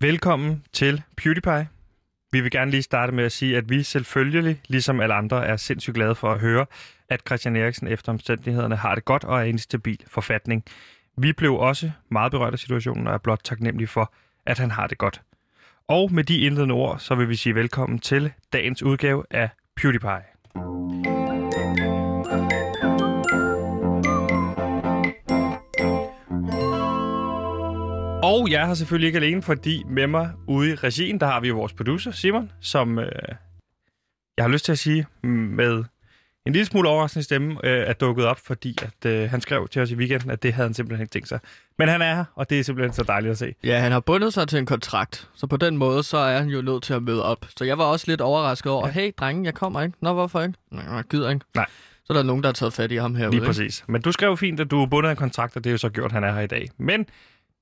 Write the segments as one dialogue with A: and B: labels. A: Velkommen til PewDiePie. Vi vil gerne lige starte med at sige, at vi selvfølgelig, ligesom alle andre, er sindssygt glade for at høre, at Christian Eriksen efter omstændighederne har det godt og er i en stabil forfatning. Vi blev også meget berørt af situationen og er blot taknemmelige for, at han har det godt. Og med de indledende ord, så vil vi sige velkommen til dagens udgave af PewDiePie. Og jeg har selvfølgelig ikke alene, fordi med mig ude i regien, der har vi jo vores producer, Simon, som øh, jeg har lyst til at sige med en lille smule overraskende stemme øh, er dukket op, fordi at, øh, han skrev til os i weekenden, at det havde han simpelthen ikke tænkt sig. Men han er her, og det er simpelthen så dejligt at se.
B: Ja, han har bundet sig til en kontrakt, så på den måde, så er han jo nødt til at møde op. Så jeg var også lidt overrasket over,
A: Ja.
B: ja. hey drenge, jeg kommer ikke. Nå, hvorfor ikke? Nej, jeg gider ikke.
A: Nej.
B: Så er der nogen, der har taget fat i ham herude.
A: Lige
B: ikke?
A: præcis. Men du skrev fint, at du er bundet af en kontrakt, og det er jo så gjort, at han er her i dag. Men han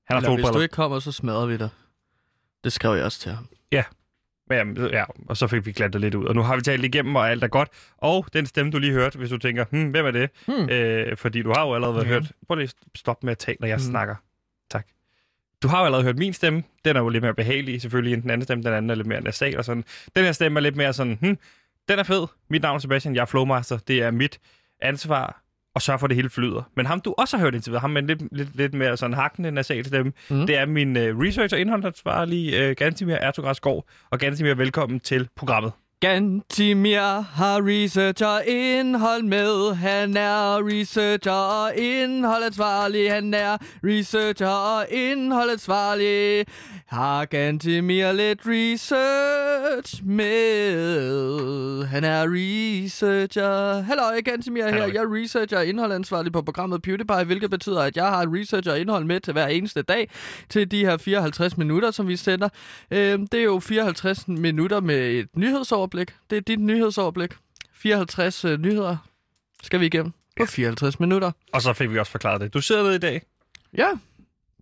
A: har
B: Eller, hvis du
A: solbriller.
B: ikke kommer, så smadrer vi dig. Det skrev jeg også til ham.
A: Jamen, ja, og så fik vi klatret lidt ud. Og nu har vi talt igennem, og alt er godt. Og den stemme, du lige hørte, hvis du tænker, hm, hvem er det?
B: Hmm.
A: Øh, fordi du har jo allerede været
B: Ja.
A: hørt... Prøv lige at stoppe med at tale, når jeg
B: Mm.
A: snakker. Tak. Du har jo allerede hørt min stemme. Den er jo lidt mere behagelig, selvfølgelig, end den anden stemme. Den anden er lidt mere nasal og sådan. Den her stemme er lidt mere sådan, hm, den er fed. Mit navn er Sebastian, jeg er Flowmaster. Det er mit ansvar at sørge for, at det hele flyder. Men ham, du også har hørt indtil videre, ham med en lidt, lidt, lidt mere sådan hakkende nasal stemme,
B: Mm.
A: det er min øh, research- og indholdsansvarlige øh, Gantimir Ertugras Gård. Og Gantimir, velkommen til programmet.
B: Gantimir har research og indhold med. Han er researcher og indholdansvarlig. Han er researcher og indholdansvarlig. Har Gantimir lidt research med. Han er researcher. Hallo, Gantimir her.
A: Halløj.
B: Jeg er researcher og indholdansvarlig på programmet PewDiePie, hvilket betyder, at jeg har researcher og indhold med til hver eneste dag til de her 54 minutter, som vi sender. Øhm, det er jo 54 minutter med et nyhedsoverblik. Det er dit nyhedsoverblik. 54 øh, nyheder skal vi igennem på 54 minutter.
A: Og så fik vi også forklaret det. Du sidder nede i dag.
B: Ja,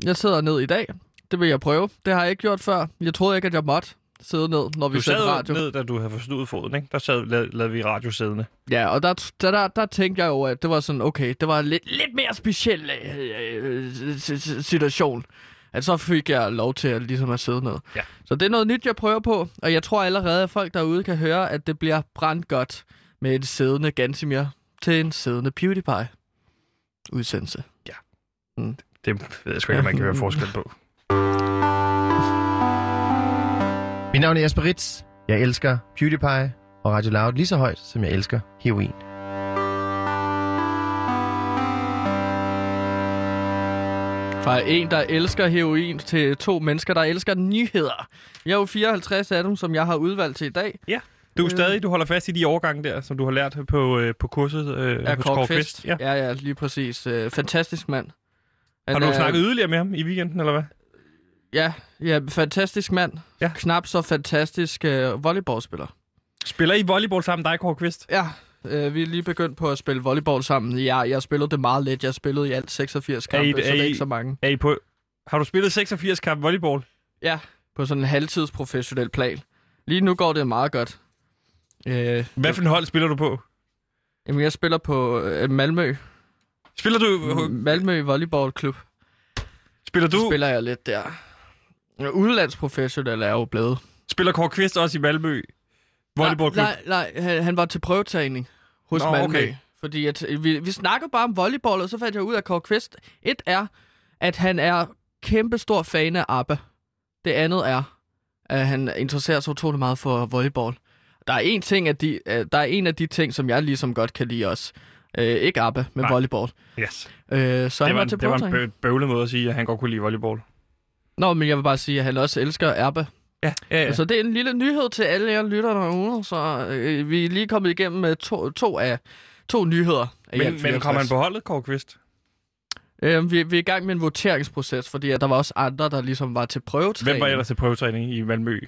B: jeg sidder ned i dag. Det vil jeg prøve. Det har jeg ikke gjort før. Jeg troede ikke, at jeg måtte sidde ned, når vi
A: Du sad
B: sendte
A: jo
B: radio.
A: ned, da du havde forstået foden, ikke? Der sad, lavede, lavede vi radio siddende.
B: Ja, og der, der, der, der tænkte jeg jo, at det var sådan, okay, det var en lidt, lidt mere speciel øh, øh, si- si- situation. At så fik jeg lov til at, ligesom at sidde ned.
A: Ja.
B: Så det er noget nyt, jeg prøver på, og jeg tror allerede, at folk derude kan høre, at det bliver brandgodt med en siddende Gansimir til en siddende PewDiePie udsendelse.
A: Det ved jeg sgu ikke, om man kan høre forskel på.
C: Mit navn er Jesper Ritz. Jeg elsker PewDiePie og Radio Loud lige så højt, som jeg elsker E. heroin.
B: Fra en, der elsker heroin, til to mennesker, der elsker nyheder. Jeg er jo 54 af dem, som jeg har udvalgt til i dag.
A: Du er
B: Øh.
A: stadig, du holder fast i de overgange der, som du har lært på, øh, på kurset øh,
B: Ja,
A: hos
B: Kåre
A: Kåre
B: Kvist.
A: Kvist. Ja.
B: Ja, ja, lige præcis. Øh, fantastisk mand. Han
A: Har du
B: er-
A: snakket yderligere med ham i weekenden, eller hvad?
B: Ja, ja, fantastisk mand.
A: Ja.
B: Ja. Knap så fantastisk øh, volleyballspiller.
A: Spiller I volleyball sammen, dig, Kåre Kvist?
B: Ja, øh, vi er lige begyndt på at spille volleyball sammen. Ja, jeg spillede det meget let. Jeg spillede i alt 86
A: Er I-
B: kampe, så
A: er
B: det er
A: I-
B: ikke så mange.
A: Er I på... Har du spillet 86 kamp volleyball?
B: Ja, på sådan en halvtids professionel plan. Lige nu går det meget godt. Øh,
A: Hvad for en hold spiller du på?
B: jamen, jeg spiller på øh, Malmø.
A: Spiller du...
B: Mm. Malmø Volleyball Klub.
A: Spiller
B: Så
A: du...
B: spiller jeg lidt der. Udlandsprofessionel er jeg jo blevet.
A: Spiller Kåre Kvist også i Malmø? Volleyballklub?
B: Nej, nej, nej han, han var til prøvetagning hos
A: Nå,
B: Nå, Malmø.
A: okay.
B: Okay. Fordi at, øh, vi, vi snakkede bare om volleyball, og så fandt jeg ud af, at Kåre Kvist, et er, at han er kæmpestor fan af ABBA. Det andet er, at han interesserer sig utrolig meget for volleyball. Der er en, ting af de, øh, der er en af de ting, som jeg ligesom godt kan lide også. Øh, ikke ABBA, men
A: Nej.
B: volleyball.
A: Yes.
B: Øh, så
A: Det
B: han
A: var,
B: var
A: en,
B: til
A: det var en
B: prøvetagning.
A: bø- bøvlet måde at sige, at han godt kunne lide volleyball.
B: Nå, men jeg vil bare sige, at han også elsker ABBA.
A: Ja, ja,
B: Ja. Så det er en lille nyhed til alle jer lytter derude, så øh, vi er lige kommet igennem med to, to, af, to nyheder. af i alt
A: Men, men
B: 54.
A: kom han på holdet, Kåre Kvist?
B: Øh, vi, vi er i gang med en voteringsproces, fordi at der var også andre, der ligesom var til prøvetræning.
A: Hvem var ellers til prøvetræning i Malmø?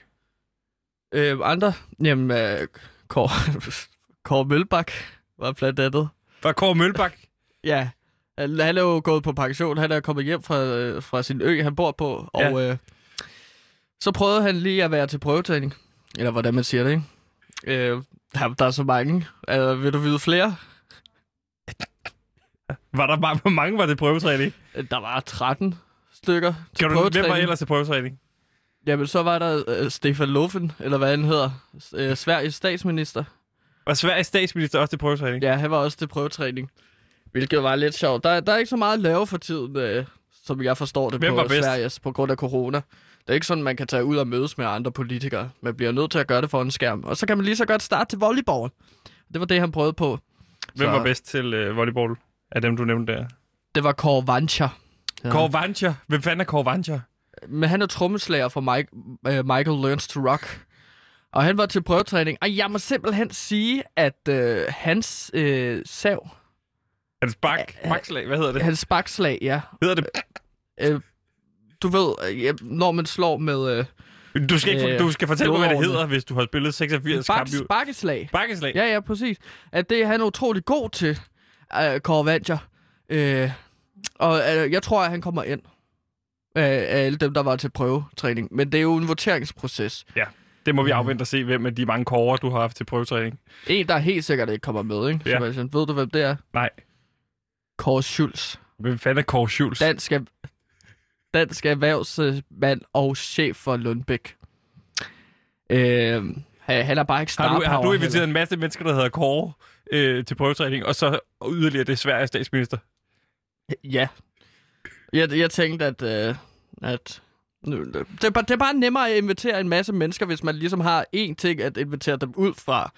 B: Øh, andre? Jamen, øh, Kåre, Kåre Mølbak var blandt andet.
A: Var Kåre Mølbak?
B: Ja, han han er jo gået på pension, han er kommet hjem fra, øh, fra sin ø, han bor på, og
A: Ja.
B: ja. øh, så prøvede han lige at være til prøvetræning, eller hvordan man siger det, ikke? Øh, der, der er så mange. Øh, vil du vide flere?
A: Var der bare, hvor mange var det prøvetræning?
B: Øh, Der var 13 stykker til
A: Kan du, hvem var
B: prøvetræning.
A: ellers til prøvetræning?
B: Jamen, så var der øh, Stefan Löfven, eller hvad han hedder, s- øh, Sveriges statsminister.
A: Og Sveriges statsminister også til prøvetræning.
B: Ja, han var også til prøvetræning, hvilket var lidt sjovt. Der, der er ikke så meget at lave for tiden, øh, som jeg forstår det
A: Hvem
B: på
A: var bedst?
B: Sveriges, på grund af corona. Det er ikke sådan, man kan tage ud og mødes med andre politikere. Man bliver nødt til at gøre det for en skærm. Og så kan man lige så godt starte til volleyball. Det var det, han prøvede på.
A: Hvem
B: Så-
A: var bedst til øh, volleyball af dem, du nævnte der?
B: Det var Kåre Vancher. Ja.
A: Kåre Vancher. Hvem fanden er Kåre Vancher?
B: Men han er trommeslager for Mike, øh, Michael Learns to Rock. Og han var til prøvetræning. Og jeg må simpelthen sige, at øh, hans øh, sav,
A: Hans bak, bakslag, hvad hedder det?
B: hans bakslag, ja.
A: Hedder det?
B: Øh, du ved, øh, ja, når man slår med øh,
A: Du skal, ikke,
B: Øh,
A: du skal fortælle mig, hvad det
B: blodårene.
A: hedder, hvis du har spillet 86
B: bak,
A: kampe. i-
B: bakkeslag.
A: Bakkeslag?
B: Ja, ja, præcis. At det er han utrolig god til, øh, Kåre Vancher. Øh, og øh, jeg tror, at han kommer ind øh, af af alle dem, der var til prøvetræning. Men det er jo en voteringsproces.
A: Det må vi afvente og se, hvem af de mange kårer, du har haft til prøvetræning.
B: En, der helt sikkert ikke kommer med, ikke?
A: Ja.
B: Sebastian, ved du, hvem det er?
A: Nej.
B: Kåre Schulz.
A: Hvem fanden er Kåre Schulz?
B: Dansk, er, dansk erhvervsmand og chef for Lundbæk. Øh, han han er bare ikke star
A: Har du, har du
B: power
A: inviteret
B: heller.
A: en masse mennesker, der hedder Kåre øh, til prøvetræning, og så yderligere det svære statsminister?
B: Ja. Jeg, jeg tænkte, at... Øh, at nu, det, er bare, det er bare nemmere at invitere en masse mennesker, hvis man ligesom har én ting at invitere dem ud fra.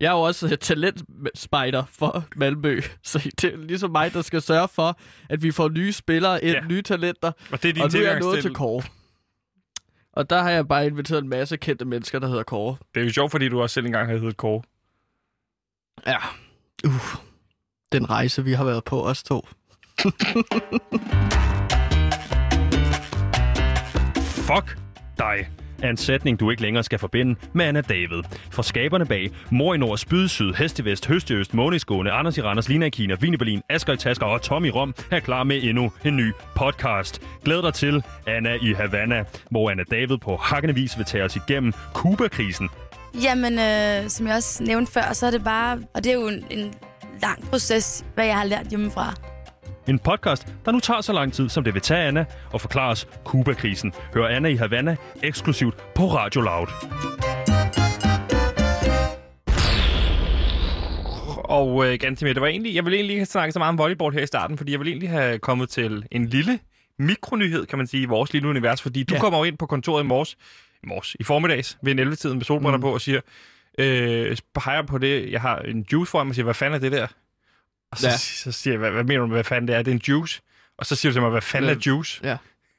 B: Jeg er jo også øh, talentspejder for Malmø, så det er ligesom mig, der skal sørge for, at vi får nye spillere ind,
A: Ja.
B: ja. nye talenter,
A: Og det er din
B: og nu er jeg
A: tilgang
B: nået til Kåre. Og der har jeg bare inviteret en masse kendte mennesker, der hedder Kåre.
A: Det er jo sjovt, fordi du også selv engang havde heddet Kåre.
B: Ja. Uff. Den rejse, vi har været på os to.
D: Fuck dig er en sætning, du ikke længere skal forbinde med Anna David. For skaberne bag Mor i Nord, Spyd i Syd, Hest i Vest, Høst i Øst, Måne i Skåne, Anders i Randers, Lina i Kina, Vine i Berlin, Asger i Tasker og Tom i Rom er klar med endnu en ny podcast. Glæd dig til Anna i Havana, hvor Anna David på hakkende vis vil tage os igennem Kuba-krisen.
E: Jamen, øh, som jeg også nævnte før, så er det bare... Og det er jo en, en lang proces, hvad jeg har lært hjemmefra.
D: En podcast, der nu tager så lang tid, som det vil tage Anna, og forklare os Kuba-krisen. Hør Anna i Havana eksklusivt på Radio Loud.
A: Og øh, ganske mere, det var egentlig, jeg ville egentlig ikke have snakket så meget om volleyball her i starten, fordi jeg ville egentlig have kommet til en lille mikronyhed, kan man sige, i vores lille univers, fordi du ja.
B: Ja.
A: kommer jo ind på kontoret i morges, i morges, i formiddags, ved en 11-tiden med solbriller mm. på og siger, øh, peger på det, jeg har en juice for mig og siger, hvad fanden er det der? Og så, ja.
B: Ja.
A: så siger jeg, hvad, hvad mener du med, hvad fanden det er? Det er en juice. Og så siger du til mig, hvad fanden er
B: Øh,
A: juice?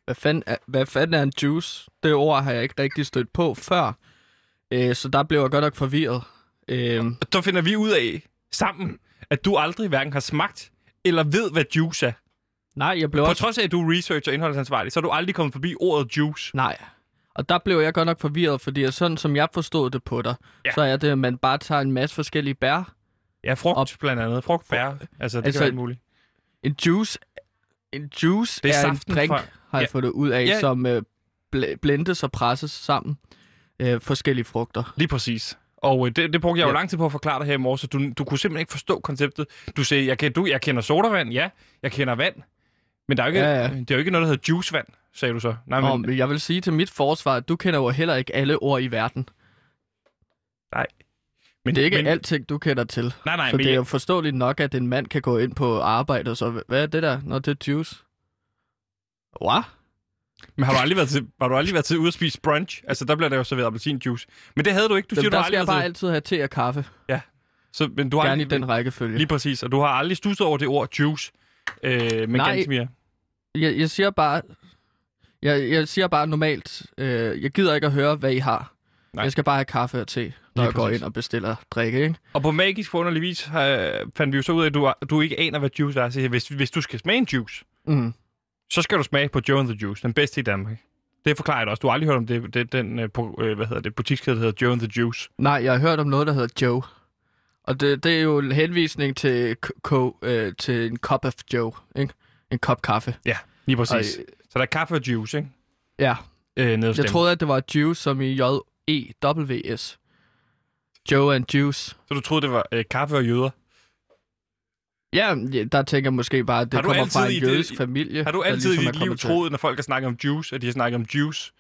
B: Hvad fanden, er, hvad fanden er en juice? Det ord har jeg ikke rigtig stødt på før, øh, så der blev jeg godt nok forvirret. Øh,
A: Og så finder vi ud af sammen, at du aldrig hverken har smagt eller ved, hvad juice er.
B: nej, jeg blev
A: På
B: også...
A: trods af, at du er researcher og indholdsansvarlig, så er du aldrig kommet forbi ordet juice.
B: Nej. Og der blev jeg godt nok forvirret, fordi sådan som jeg forstod det på dig,
A: Ja.
B: ja. så er det, at man bare tager en masse forskellige bær.
A: Ja, frugt op. blandt andet. Frugt, bær. Altså, det altså, kan
B: Altså,
A: være alt muligt.
B: En juice, en juice
A: Det er
B: det er, er en
A: saften
B: drink,
A: fra-
B: har jeg
A: Ja.
B: fundet ud af,
A: Ja.
B: ja. som øh, bl- blendes og presses sammen. Øh, forskellige frugter.
A: Lige præcis. Og øh, det, det brugte jeg jo
B: Ja.
A: lang tid på at forklare dig her i morges, så du, du kunne simpelthen ikke forstå konceptet. Du sagde, jeg, kan, du, jeg kender sodavand, ja, jeg kender vand, men der er jo ikke, ja,
B: Ja,
A: ja.
B: ja.
A: det er jo ikke noget, der hedder juicevand, sagde du så. Nej, men,
B: Om, jeg vil sige til mit forsvar, at du kender jo heller ikke alle ord i verden.
A: men
B: Men det er ikke
A: men,
B: men... alting, du kender til.
A: Nej, nej,
B: Så
A: men
B: det er jo forståeligt nok, at en mand kan gå ind på arbejde, og så, hvad er det der? Nå, det er juice. Hvad?
A: Men har du aldrig været til, har du aldrig været til ude at spise brunch? Altså, der bliver der jo serveret appelsinjuice. Men det havde du ikke. Du siger,
B: Jamen,
A: du
B: der
A: har aldrig
B: skal jeg bare
A: været til.
B: altid have te og kaffe.
A: Så, men du har
B: Gerne i
A: aldrig,
B: den rækkefølge.
A: Lige præcis. Og du har aldrig stusset over det ord juice. Øh, men
B: Nej.
A: ganske mere.
B: Jeg, jeg siger bare... Jeg, jeg siger bare normalt, øh, jeg gider ikke at høre, hvad I har.
A: Nej.
B: Nej. Jeg skal bare have kaffe og te, når jeg går
A: præcis.
B: ind og bestiller drikke, ikke?
A: Og på magisk forunderlig vis øh, fandt vi jo så ud af, at du, du ikke aner, hvad juice er. Så jeg, hvis, hvis du skal smage en juice,
B: Mm.
A: så skal du smage på Joe and the Juice, den bedste i Danmark. Det forklarer jeg dig også. Du har aldrig hørt om det, det den øh, på, øh, hvad hedder det, butikskæde, der hedder Joe and the Juice.
B: Nej, jeg har hørt om noget, der hedder Joe. Og det, det er jo en henvisning til, k- k- øh, til en cup of Joe, ikke? En kop kaffe.
A: Ja, lige præcis.
B: Og, øh,
A: Så der er kaffe og juice, ikke?
B: ja,
A: Øh, nede hos
B: Jeg
A: dem.
B: troede, at det var Juice, som i J-E-W-S. Joe and Juice.
A: Så du troede, det var øh, kaffe og jøder.
B: Ja, ja, der tænker jeg måske bare, at
A: Har
B: det
A: du
B: kommer fra
A: altid i
B: en
A: det-
B: jødisk familie.
A: Har du
B: der
A: altid
B: ligesom
A: i
B: er
A: dit liv
B: kommet til-
A: troet, når folk har snakket om juice, at de har snakket om juice?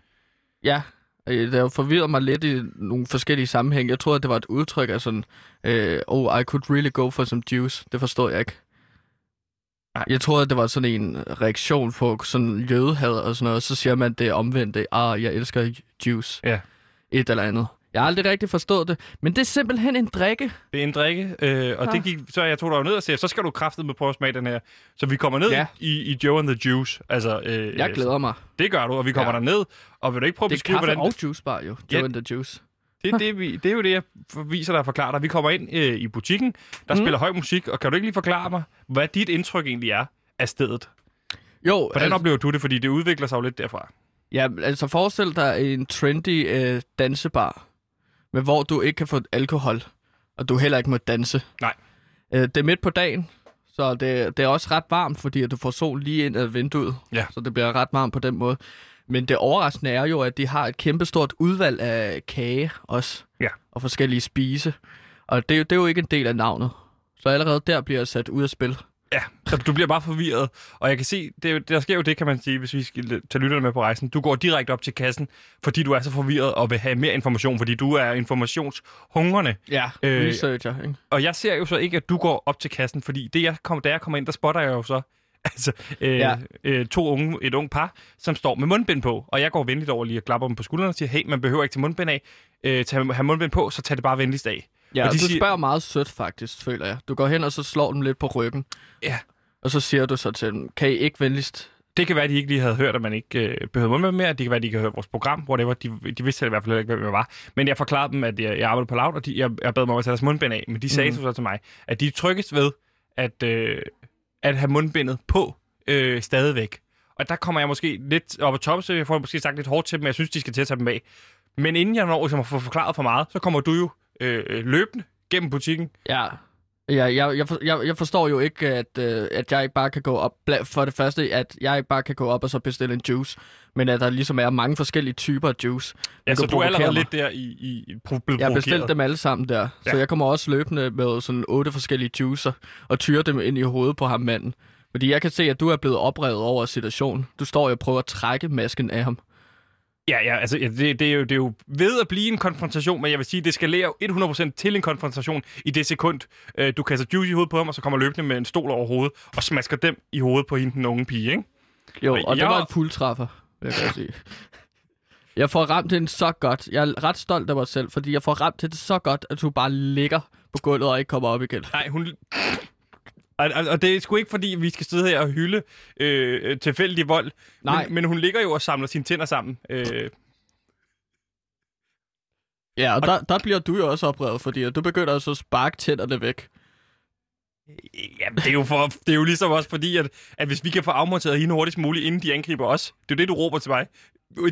B: Ja, øh, det har jo forvirret mig lidt i nogle forskellige sammenhæng. Jeg troede, at det var et udtryk af sådan, øh, oh, I could really go for some juice. Det forstår jeg ikke. Jeg troede, at det var sådan en reaktion på sådan jødehad og sådan noget. Så siger man det omvendte, ah, jeg elsker juice.
A: Ja.
B: Et eller andet. Jeg har aldrig rigtig forstået det, men det er simpelthen en drikke.
A: Det er en drikke, øh, og ja.
B: Ah.
A: det gik, så jeg tog dig jo ned og sagde, så skal du kraftet med prøve at smage den her. Så vi kommer ned
B: Ja.
A: ja. i, i Joe and the Juice. Altså, øh,
B: Jeg glæder mig.
A: Det gør du, og vi kommer
B: Ja.
A: ja. derned, og vil du ikke prøve at
B: Det er
A: beskrive,
B: kaffe
A: hvordan...
B: og juicebar jo. Joe
A: Ja.
B: and the juice.
A: Det, er det, vi, det er jo det, jeg for- viser dig og forklarer dig. Vi kommer ind øh, i butikken, der mm. spiller høj musik, og kan du ikke lige forklare mig, hvad dit indtryk egentlig er af stedet?
B: Jo,
A: Hvordan altså, oplever du det? Fordi det udvikler sig jo lidt derfra.
B: Ja, altså forestil dig en trendy øh, dansebar, men hvor du ikke kan få alkohol, og du heller ikke må danse.
A: Nej.
B: Øh, det er midt på dagen, så det, det er også ret varmt, fordi at du får sol lige ind ad vinduet.
A: Ja.
B: Så det bliver ret varmt på den måde. Men det overraskende er jo, at de har et kæmpestort udvalg af kage også,
A: Ja.
B: og forskellige spise. Og det, er jo- det er jo ikke en del af navnet. Så allerede der bliver jeg sat ud af spil.
A: Ja, så du bliver bare forvirret. Og jeg kan se, det, er jo- der sker jo det, kan man sige, hvis vi skal tage lytterne med på rejsen. Du går direkte op til kassen, fordi du er så forvirret og vil have mere information, fordi du er informationshungrende.
B: Ja,
A: Øh,
B: researcher, ikke?
A: Og jeg ser jo så ikke, at du går op til kassen, fordi det, jeg kom, da jeg kommer ind, der spotter jeg jo så altså, øh,
B: Ja.
A: ja. øh, to unge, et ung par, som står med mundbind på. Og jeg går venligt over lige og klapper dem på skuldrene og siger, hey, man behøver ikke tage mundbind af. Øh, tag, have mundbind på, så tag det bare venligst af.
B: Ja,
A: Og
B: og
A: de
B: du
A: siger-
B: spørger meget sødt faktisk, føler jeg. Du går hen, og så slår dem lidt på ryggen.
A: Ja.
B: Og så siger du så til dem, kan I ikke venligst...
A: Det kan være, at de ikke lige havde hørt, at man ikke øh, behøvede mundbind mere. Det kan være, at de ikke havde hørt vores program, hvor det var, de, de vidste i hvert fald ikke, hvem jeg var. Men jeg forklarede dem, at jeg, jeg arbejdede på laut, og de, jeg, jeg bad mig om at tage deres mundbind af. Men de sagde
B: Mm.
A: mm. så til mig, at de er tryggest ved at, øh, at have mundbindet på øh, stadigvæk. Og der kommer jeg måske lidt op på toppen, så jeg får måske sagt lidt hårdt til dem, men jeg synes, de skal til at tage dem af. Men inden jeg når ligesom, at få forklaret for meget, så kommer du jo øh, løbende gennem butikken.
B: Ja. Ja, jeg, jeg, for, jeg, jeg forstår jo ikke, at, øh, at jeg ikke bare kan gå op... bla- For det første, at jeg ikke bare kan gå op og så bestille en juice, men at der ligesom er mange forskellige typer af juice.
A: Ja,
B: kan
A: så du er
B: provokere
A: allerede
B: mig.
A: lidt der i, i, i pro- blevet
B: Jeg
A: provokeret.
B: bestilte dem alle sammen der, ja. så
A: Ja.
B: jeg kommer også løbende med sådan otte forskellige juicer og tyrer dem ind i hovedet på ham manden. Fordi jeg kan se, at du er blevet oprevet over situationen. Du står jo og prøver at trække masken af ham.
A: Ja, ja, altså ja, det, det, er jo, det er jo ved at blive en konfrontation, men jeg vil sige, det skalerer jo 100% til en konfrontation i det sekund. Øh, du kaster juice i hovedet på ham, og så kommer løbende med en stol over hovedet, og smasker dem i hovedet på hende, den unge pige, ikke?
B: Jo,
A: Og
B: og det
A: jeg-
B: var en fuldtræffer, vil jeg godt sige. Jeg får ramt den så godt. Jeg er ret stolt af mig selv, fordi jeg får ramt den så godt, at du bare ligger på gulvet og ikke kommer op igen.
A: Nej, hun... Og, og, og det er sgu ikke, fordi vi skal sidde her og hylde øh, øh, tilfældig vold.
B: Nej.
A: Men, men hun ligger jo og samler sine tænder sammen. Øh,
B: Ja, og der, der bliver du jo også oprevet, fordi at du begynder også at sparke tænderne væk.
A: jamen, det er, jo for, det er jo ligesom også fordi, at, at hvis vi kan få afmonteret hende hurtigst muligt, inden de angriber os. Det er jo det, du råber til mig.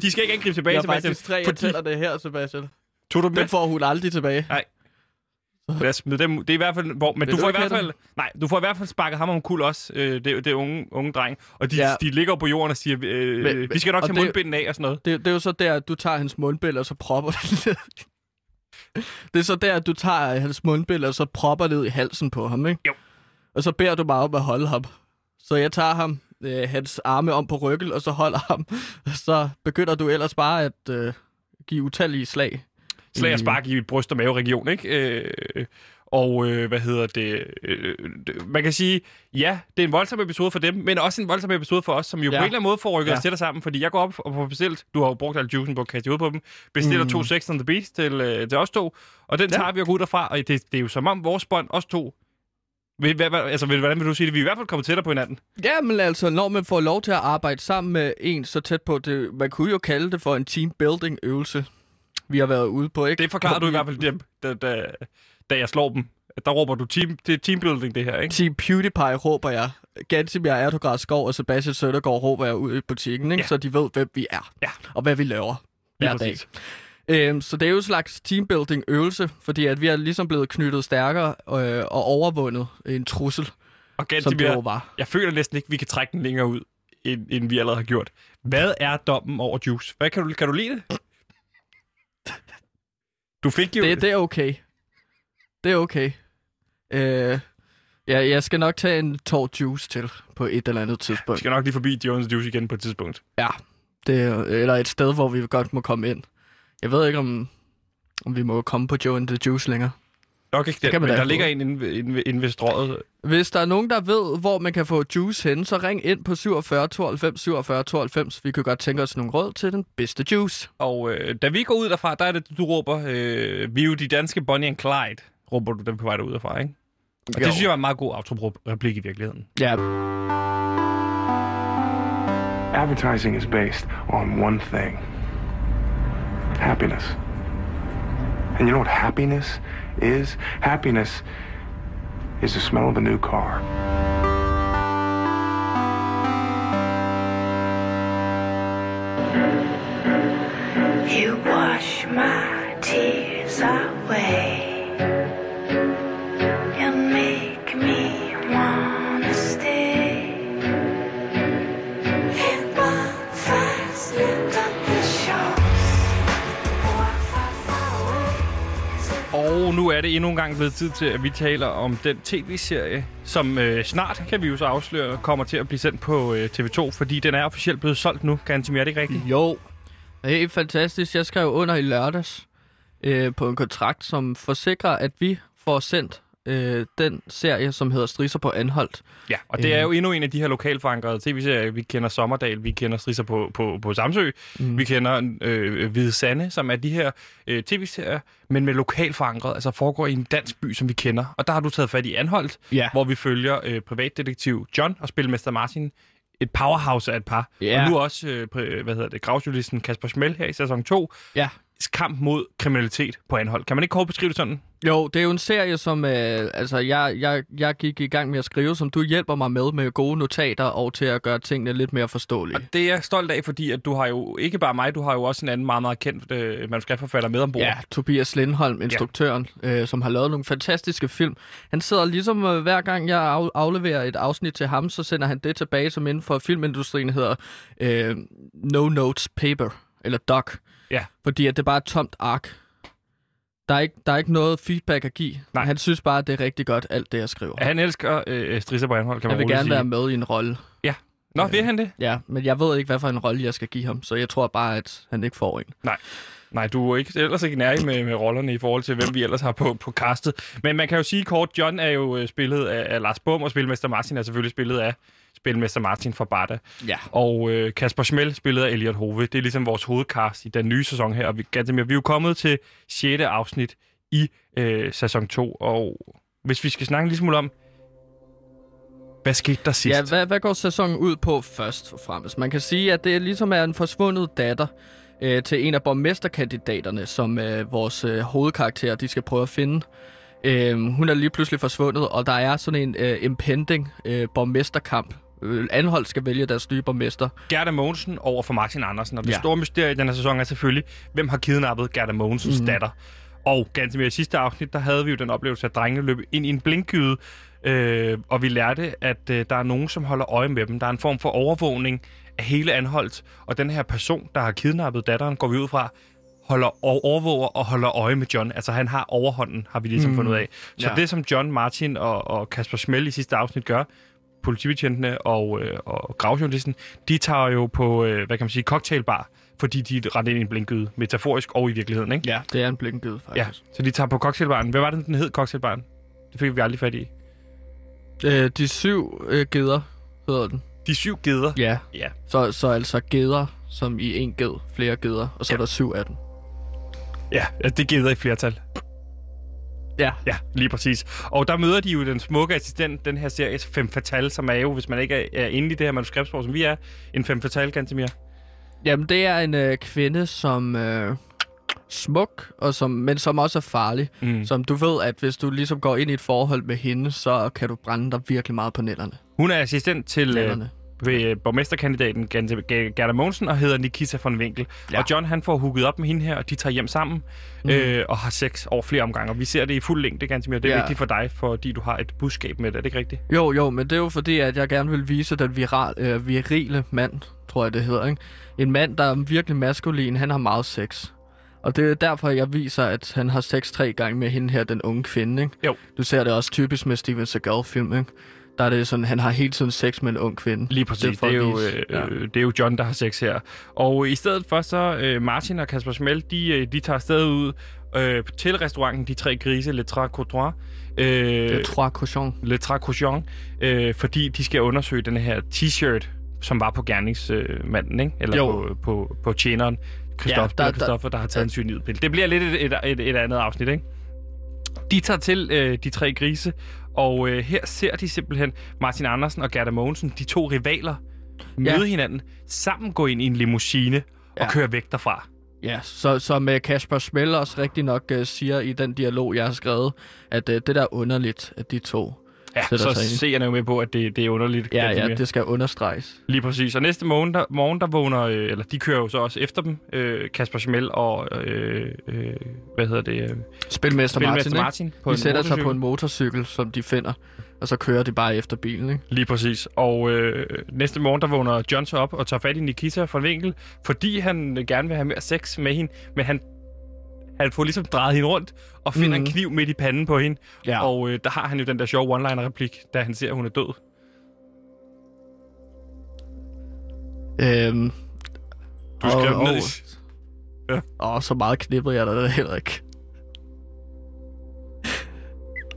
A: De skal ikke angribe tilbage,
B: Jeg har
A: Sebastian.
B: faktisk tre af
A: fordi-
B: tænderne her, Sebastian.
A: Tog du dem med?
B: Den får hun aldrig tilbage.
A: Lad os smide dem ud. Det er i hvert fald, hvor, men
B: Vil
A: du
B: du
A: får i
B: ikke
A: hvert
B: have
A: fald, nej, du får i hvert fald sparket ham omkuld også, øh, det, det unge, unge dreng. Og de,
B: Ja.
A: ja. de ligger på jorden og siger, øh,
B: Men-
A: men, vi skal nok
B: og
A: tage
B: det-
A: mundbinden af og sådan noget.
B: Det, det er jo så der, at du tager hans mundbind, og så propper det ned. Det er så der, at du tager hans mundbind, og så propper ned i halsen på ham, ikke?
A: Jo.
B: Og så beder du mig om at holde ham. Så jeg tager ham, øh, hans arme om på ryggen, og så holder ham. Og så begynder du ellers bare at øh, give utallige slag.
A: Slag og
B: Mm.
A: spark i bryst- og maveregion, ikke? Øh, og øh, hvad hedder det? Øh, det- man kan sige, ja, det er en voldsom episode for dem, men også en voldsom episode for os, som jo
B: Ja.
A: ja. på en eller anden måde får rykket
B: Ja.
A: ja. os tættere sammen, fordi jeg går op og får bestilt, du har jo brugt al juicen på at kaste i hovedet på dem, bestiller
B: Mm.
A: mm. to Sex on the Beach til, øh, til os to, og den
B: Ja.
A: ja. tager vi og går ud derfra, og det, det er jo som om vores bånd, os to, ved- hvad- hvad- altså, ved- hvordan vil du sige det? Vi er i hvert fald kommet tættere på hinanden.
B: Jamen altså, når man får lov til at arbejde sammen med en så tæt på, det, man kunne jo kalde det for en teambuilding-øvelse, vi har været ude på, ikke?
A: Det forklarede du i hvert fald dem, da, da, da jeg slår dem. Der råber du, team, det er teambuilding det her, ikke?
B: Team PewDiePie råber jeg. Gansim, jeg er Erdogan Skov og Sebastian Søndergaard råber jeg ud i butikken, ikke? Ja.
A: Ja.
B: så de ved, hvem vi er
A: Ja.
B: og hvad vi laver
A: Lige
B: hver dag.
A: præcis.
B: Øhm, så det er jo en slags teambuilding-øvelse, fordi at vi er ligesom blevet knyttet stærkere øh, og overvundet en trussel,
A: Og
B: som
A: Gantemir,
B: det jo var.
A: jeg føler næsten ikke, vi kan trække den længere ud, end, end vi allerede har gjort. Hvad er dommen over Juice? Hvad, kan, du, kan du lide det? Du fik jo...
B: Det, det er okay. Det er okay. Øh, ja, jeg skal nok tage en tår juice til på et eller andet
A: Vi
B: tidspunkt.
A: skal nok lige forbi Jones Juice igen på et tidspunkt.
B: Ja, Det, eller et sted, hvor vi godt må komme ind. Jeg ved ikke, om, om vi må komme på Joe and the Juice længere.
A: Okay, det,
B: kan
A: det
B: man
A: men
B: da
A: der ligger
B: ikke vide.
A: en inde, ved- inde, ved- inde ved strået.
B: Hvis der er nogen, der ved, hvor man kan få juice hen, så ring ind på 47 92 47 92. Vi kan godt tænke os nogle råd til den bedste juice.
A: Og øh, da vi går ud derfra, der er det, du råber, øh, vi er jo de danske Bonnie and Clyde, råber du dem på vej derudafra, ikke? Og det
B: Jo.
A: synes jeg var en meget god outro-replik i virkeligheden.
B: Ja,
F: Advertising is based on one thing happiness. And you know what happiness is? Happiness is the smell of a new car.
G: You wash my tears away and make me wanna stay. In one fast lift up the shores, walk far, far away.
A: Og nu er det endnu en gang blevet tid til, at vi taler om den tv-serie, som øh, snart, kan vi jo så afsløre, kommer til at blive sendt på øh, TV2, fordi den er officielt blevet solgt nu. Kan Antim, er det ikke rigtigt?
B: jo. Det er helt fantastisk. Jeg skrev under i lørdags øh, på en kontrakt, som forsikrer, at vi får sendt øh, den serie, som hedder Strisser på Anholdt.
A: Ja, og det
B: Øh.
A: er jo endnu en af de her lokalforankrede tv-serier. Vi kender Sommerdal, vi kender Strisser på, på, på Samsø,
B: Mhm.
A: mm. vi kender øh, Hvide Sande, som er de her øh, tv-serier, men med lokalforankret, altså foregår i en dansk by, som vi kender. Og der har du taget fat i Anholdt,
B: Ja.
A: hvor vi følger øh, privatdetektiv John og spilmester Martin. Et powerhouse af et par.
B: Ja.
A: Og nu også, øh, pri- hvad hedder det, gravsjulisten Kasper Schmel her i sæson 2.
B: Ja.
A: Kamp mod kriminalitet på Anholdt. Kan man ikke kort beskrive det sådan?
B: Jo, det er jo en serie, som øh, altså, jeg, jeg, jeg gik i gang med at skrive, som du hjælper mig med, med gode notater og til at gøre tingene lidt mere forståelige.
A: Og det er jeg stolt af, fordi at du har jo ikke bare mig, du har jo også en anden meget, meget kendt øh, manuskriptforfatter med ombord.
B: Ja, Tobias Lindholm, instruktøren, ja. øh, som har lavet nogle fantastiske film. Han sidder ligesom øh, hver gang, jeg af, afleverer et afsnit til ham, så sender han det tilbage, som inden for filmindustrien hedder øh, No Notes Paper, eller DOC.
A: Ja.
B: Fordi at det bare er et tomt ark. Der er, ikke, der er ikke noget feedback at give.
A: Nej.
B: Han synes bare, at det er rigtig godt, alt det, jeg skriver.
A: Han elsker øh, strisser på Anholdt, kan
B: Jeg
A: man
B: vil
A: roligt
B: gerne
A: sige.
B: være med i en rolle.
A: Nå, vil han det?
B: Ja, men jeg ved ikke, hvad for en rolle jeg skal give ham, så jeg tror bare, at han ikke får en.
A: Nej, du er ikke, ellers ikke nær med, med rollerne i forhold til, hvem vi ellers har på, på castet. Men man kan jo sige kort, John er jo øh, spillet af, af Lars Bum, og Spilmester Martin er selvfølgelig spillet af Spilmester Martin fra Barda.
B: Ja.
A: Og øh, Kasper Schmel spillet af Elliot Hove. Det er ligesom vores hovedcast i den nye sæson her. Og vi, Gantemir, vi er jo kommet til 6. afsnit i øh, sæson 2. Og hvis vi skal snakke en lille smule om, hvad skete der sidst?
B: Ja, hvad, hvad går sæsonen ud på først og fremmest? Man kan sige, at det ligesom er en forsvundet datter øh, til en af borgmesterkandidaterne, som øh, vores øh, hovedkarakterer de skal prøve at finde. Øh, hun er lige pludselig forsvundet, og der er sådan en øh, impending øh, borgmesterkamp. Øh, Anhold skal vælge deres nye borgmester.
A: Gerda Mogensen over for Martin Andersen. Og det ja.
B: Ja.
A: store mysterie i den her sæson er selvfølgelig, hvem har kidnappet Gerda Mogensens mm. datter. Og ganske mere i sidste afsnit, der havde vi jo den oplevelse, at drengene løb ind i en blinkgyde, øh, og vi lærte, at øh, der er nogen, som holder øje med dem. Der er en form for overvågning af hele anholdt, og den her person, der har kidnappet datteren, går vi ud fra, holder og overvåger og holder øje med John. Altså han har overhånden, har vi ligesom mm. fundet ud af. Så ja.
B: Ja.
A: det, som John, Martin og, og Kasper Schmel i sidste afsnit gør, politibetjentene og, øh, og gravjournalisten, de tager jo på, øh, hvad kan man sige, cocktailbar, fordi de er rendt ind i en blinkgyde, metaforisk og i virkeligheden, ikke?
B: Ja, det er en blinkgyde, faktisk.
A: Ja, så de tager på cocktailbaren. Hvad var det, den hed, cocktailbaren? Det fik vi aldrig fat i.
B: Øh, de syv øh, geder hedder den.
A: De syv geder.
B: Ja.
A: Ja.
B: Så, så altså geder, som i en ged, flere geder, og så ja. er der syv af dem.
A: Ja, altså, det er geder i flertal.
B: Ja.
A: Ja, lige præcis. Og der møder de jo den smukke assistent, den her series Fem Fatale, som er jo, hvis man ikke er, er inde i det her manuskriptsprog, som vi er, en Fem Fatale, Gantemir.
B: Jamen, det er en øh, kvinde, som øh, smuk, og som, men som også er farlig.
A: Mm.
B: Som du ved, at hvis du ligesom går ind i et forhold med hende, så kan du brænde dig virkelig meget på nælderne.
A: Hun er assistent til øh,
B: nælderne.
A: ved øh, borgmesterkandidaten Gante- Ge- Gerda Mogensen og hedder Nikita von Winkel. Ja.
B: Ja.
A: Og John han får hooket op med hende her, og de tager hjem sammen mm. øh, og har sex over flere omgange. Og vi ser det i fuld længde, Gantemir. Det er ja.
B: Ja.
A: vigtigt for dig, fordi du har et budskab med det. Er det ikke rigtigt?
B: Jo, jo, men det er jo fordi, at jeg gerne vil vise den viral, øh, virile mand, tror jeg det hedder, ikke? En mand, der er virkelig maskulin, han har meget sex. Og det er derfor, jeg viser, at han har sex tre gange med hende her, den unge kvinde, ikke?
A: Jo.
B: Du ser det også typisk med Steven Seagal-film, ikke? der er det sådan, han har hele tiden sex med en ung kvinde.
A: Lige præcis.
B: for
A: Det er,
B: at
A: jo,
B: vise-
A: øh, øh, det er jo John, der har sex her. Og i stedet for så, øh, Martin og Kasper Schmel, de, øh, de tager afsted ud øh, til restauranten De Tre Grise, Le Trois Coudrois.
B: Det
A: Øh,
B: tror Cochon.
A: Le Trois Coudrois. Øh, fordi de skal undersøge den her t-shirt, som var på gerningsmanden, ikke? Eller
B: Jo.
A: På, på, på tjeneren. Christoffer, ja,
B: Ja,
A: der,
B: der-
A: Christoffer, der har taget en synlighedspille. Det bliver lidt et, et, et, et andet afsnit, ikke? De tager til øh, de tre grise, og øh, her ser de simpelthen Martin Andersen og Gerda Mogensen, de to rivaler, møde
B: Ja.
A: hinanden, sammen gå ind i en limousine og
B: Ja.
A: køre væk derfra.
B: Ja, så, som øh, Kasper Schmel også rigtig nok øh, siger i den dialog, jeg har skrevet, at øh, det der er underligt, at de to...
A: Ja, så
B: Sætter sig ind i-
A: ser jeg jo med på, at det, det er underligt.
B: Ja,
A: Ganske
B: ja,
A: mere.
B: øh, det skal understreges.
A: Lige præcis. Og næste morgen, der, morgen, der vågner, øh, eller de kører jo så også efter dem, øh, Kasper Schmel og, øh, øh, hvad hedder det, øh,
B: Spilmester Martin,
A: Spilmester
B: Martin
A: Martin
B: på de sætter sig på
A: motorcykel.
B: en motorcykel, som de finder, og så kører de bare efter bilen, ikke?
A: Lige præcis. Og øh, næste morgen, der vågner John så op og tager fat i Nikita fra en vinkel, fordi han øh, gerne vil have mere sex med hende, men han, han får ligesom drejet hende rundt og finder
B: Mhm.
A: en kniv midt i panden på hende.
B: Ja. Og
A: Og øh, der har han jo den der sjove one-liner-replik, da han ser, at hun er død.
B: øhm,
A: Du skrev
B: og,
A: den ned i...
B: og, og, så meget knippede jeg dig da heller ikke.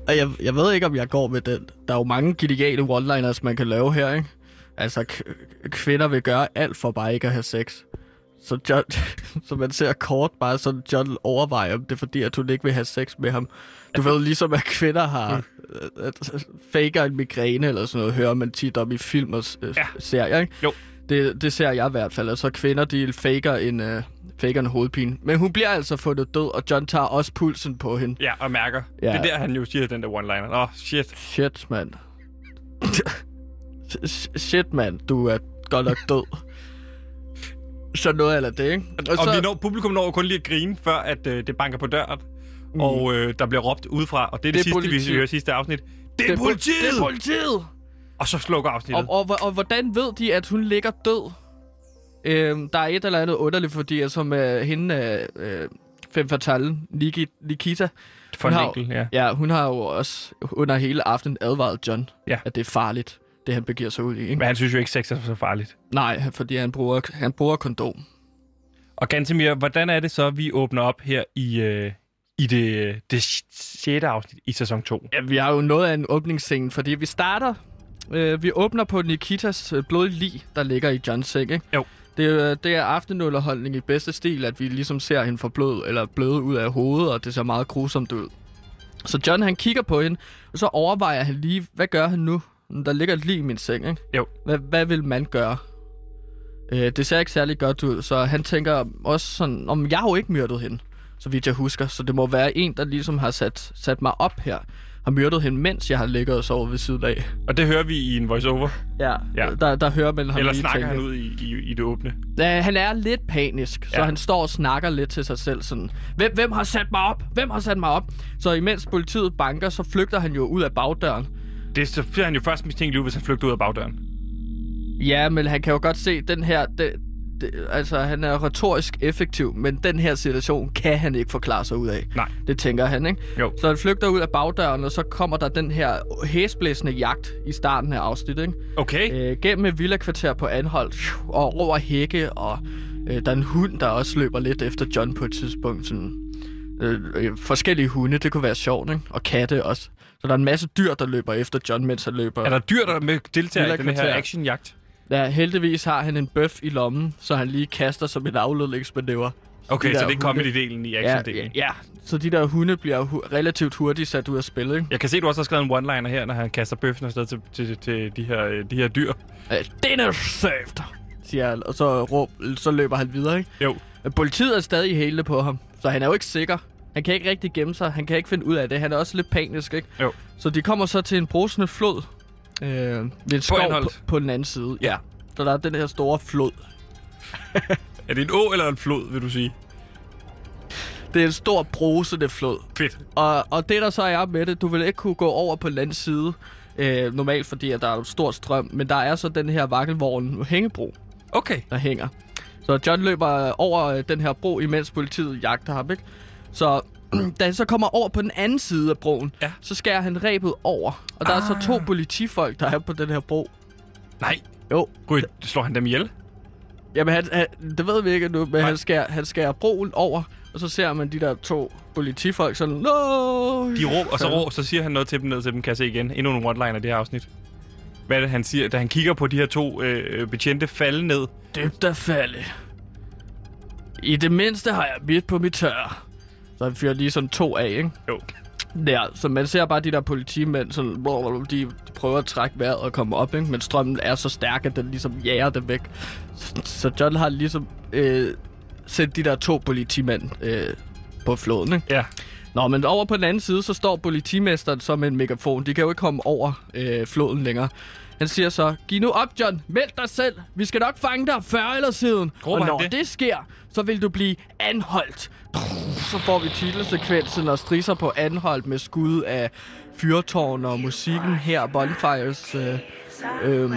B: Og jeg, jeg ved ikke, om jeg går med den. Der er jo mange geniale one-liners, man kan lave her, ikke? Altså, k- kvinder vil gøre alt for bare ikke at have sex. Så, John, så man ser kort bare sådan, John overvejer, om det er fordi, at hun ikke vil have sex med ham.
A: Altså-
B: Du ved, ligesom at kvinder har
A: Mm.
B: øh, at- faker en migræne eller sådan noget, hører man tit om i film og øh, ja.
A: Ja.
B: serier, ikke?
A: Jo.
B: Det, det ser jeg i hvert fald. Altså, kvinder, de faker en, øh, faker en hovedpine. Men hun bliver altså fundet død, og John tager også pulsen på hende.
A: Ja, og mærker.
B: Ja.
A: Ja. Det er der, han jo siger den der one-liner. Åh, oh, shit.
B: Shit, mand. Sh- Shit, mand. Du er godt nok død. Så noget eller det, ikke?
A: Og, og vi når, publikum når jo kun lige at grine, før at øh, det banker på døren, mm. og øh, der bliver råbt udefra, og det er det,
B: Det er
A: det sidste,
B: politiet.
A: vi hører i sidste afsnit. Det er,
B: Det er pol-
A: politiet!
B: Det er politiet!
A: og så slukker afsnittet.
B: Og, og, og, og hvordan ved de, at hun ligger død? Øhm, der er et eller andet underligt, fordi at som øh, hende, øh, øh, Fem Fatale, Niki, Nikita,
A: for
B: hun
A: en
B: har jo-
A: enkelt, ja.
B: ja, hun har jo også under hele aftenen advaret John,
A: Ja.
B: at det er farligt, det han begiver sig ud i. Ikke?
A: Men han synes jo ikke, sex er så farligt.
B: Nej, fordi han bruger, han bruger kondom.
A: Og Gantemir, hvordan er det så, at vi åbner op her i, øh, i det, øh, det 6. afsnit i sæson 2?
B: Ja, vi har jo noget af en åbningsscene, fordi vi starter... Øh, vi åbner på Nikitas øh, blodige lig, der ligger i Johns seng, ikke?
A: Jo.
B: Det, er, øh, det er aftenunderholdning i bedste stil, at vi ligesom ser hende for blød, eller bløde ud af hovedet, og det ser meget grusomt ud. Så John, han kigger på hende, og så overvejer han lige, hvad gør han nu? Der ligger et lig i min seng, ikke?
A: Jo.
B: Hvad, hvad vil man gøre? Øh, det ser ikke særlig godt ud, så han tænker også sådan, om jeg har jo ikke myrdet hende, så vidt jeg husker. Så det må være en, der ligesom har sat, sat mig op her. Har myrdet hende, mens jeg har ligget og sovet ved siden af.
A: Og det hører vi i en voiceover.
B: Ja.
A: Ja.
B: Der, der hører man ham
A: Eller
B: lige
A: snakker
B: tænke.
A: han ud i, i, i det åbne?
B: Ja, han er lidt panisk, så
A: Ja.
B: han står og snakker lidt til sig selv sådan, hvem, hvem har sat mig op? Hvem har sat mig op? Så imens politiet banker, så flygter han jo ud af bagdøren.
A: Det er, så bliver han jo først mistænkelig ud, hvis han flygter ud af bagdøren.
B: Ja, men han kan jo godt se den her... Det, det, altså, han er retorisk effektiv, men den her situation kan han ikke forklare sig ud af.
A: Nej.
B: Det tænker han, ikke?
A: Jo.
B: Så han flygter ud af bagdøren, og så kommer der den her hæsblæsende jagt i starten af afsnittet, ikke?
A: Okay.
B: Øh, gennem et villakvarter på Anhold, og over hække, og øh, der er en hund, der også løber lidt efter John på et tidspunkt. Sådan, øh, øh, forskellige hunde, det kunne være sjovt, ikke? Og katte også. Så der er en masse dyr, der løber efter John, mens han løber.
A: Er der dyr, der med deltager i den
B: Villa-kvarter.
A: her actionjagt?
B: Ja, heldigvis har han en bøf i lommen, så han lige kaster som en afledningsmanøvre.
A: Okay,
B: der
A: så det er
B: hunde.
A: comedy-delen i
B: Ja,
A: action-delen.
B: ja, ja, så de der hunde bliver jo hu- relativt hurtigt sat ud af spil, ikke?
A: Jeg kan se, du også har skrevet en one-liner her, når han kaster bøffen afsted til, til, til de, her, øh, de her dyr.
B: Øh, Dinner served, siger han, og så, råb, så løber han videre, ikke?
A: Jo.
B: Men Politiet er stadig i hælene på ham, så han er jo ikke sikker. Han kan ikke rigtig gemme sig, han kan ikke finde ud af det. Han er også lidt panisk, ikke?
A: Jo.
B: Så de kommer så til en brusende flod øh, ved et skov på,
A: Anholt.
B: på den anden side. Ja. Så der er den her store flod.
A: Er det en å eller en flod, vil du sige?
B: Det er en stor brusende flod.
A: Fedt.
B: Og, og det, der så er med det, du vil ikke kunne gå over på landside øh, normalt, fordi at der er en stor strøm, men der er så den her vakkelvogn hængebro,
A: Okay.
B: der hænger. Så John løber over øh, den her bro, imens politiet jagter ham, ikke? Så da han så kommer over på den anden side af broen,
A: Ja.
B: så skærer han rebet over. Og der ah. er så to politifolk, der er på den her bro.
A: Nej.
B: Jo.
A: Gud, slår han dem ihjel?
B: Jamen, han, han, det ved vi ikke nu, men
A: Nej.
B: han skærer, han skærer broen over, og så ser man de der to politifolk sådan, Nå!
A: De råber, og så, råber, så siger han noget til dem ned til dem, kan jeg se igen. Endnu nogle one-liner i det her afsnit. Hvad er det, han siger, da han kigger på de her to øh, betjente falde ned?
B: Dybt at falde. I det mindste har jeg midt på mit tør. Så han fyrer lige sådan to af, ikke?
A: Jo.
B: Ja, så man ser bare de der politimænd, sådan, blå, blå, blå, de, de prøver at trække vejret og komme op, ikke? men strømmen er så stærk, at den ligesom jager dem væk. Så, så John har ligesom øh, sendt de der to politimænd øh, på floden. Ikke?
A: Ja.
B: Nå, men over på den anden side, så står politimesteren så med en megafon. De kan jo ikke komme over øh, floden længere. Han siger så, giv nu op, John. Meld dig selv. Vi skal nok fange dig før eller siden.
A: Råber
B: og
A: han
B: når
A: det?
B: det sker, så vil du blive anholdt. Så får vi titelsekvensen og strisser på anholdt med skud af fyrtårn og musikken her, Bonfires. Øh, øh,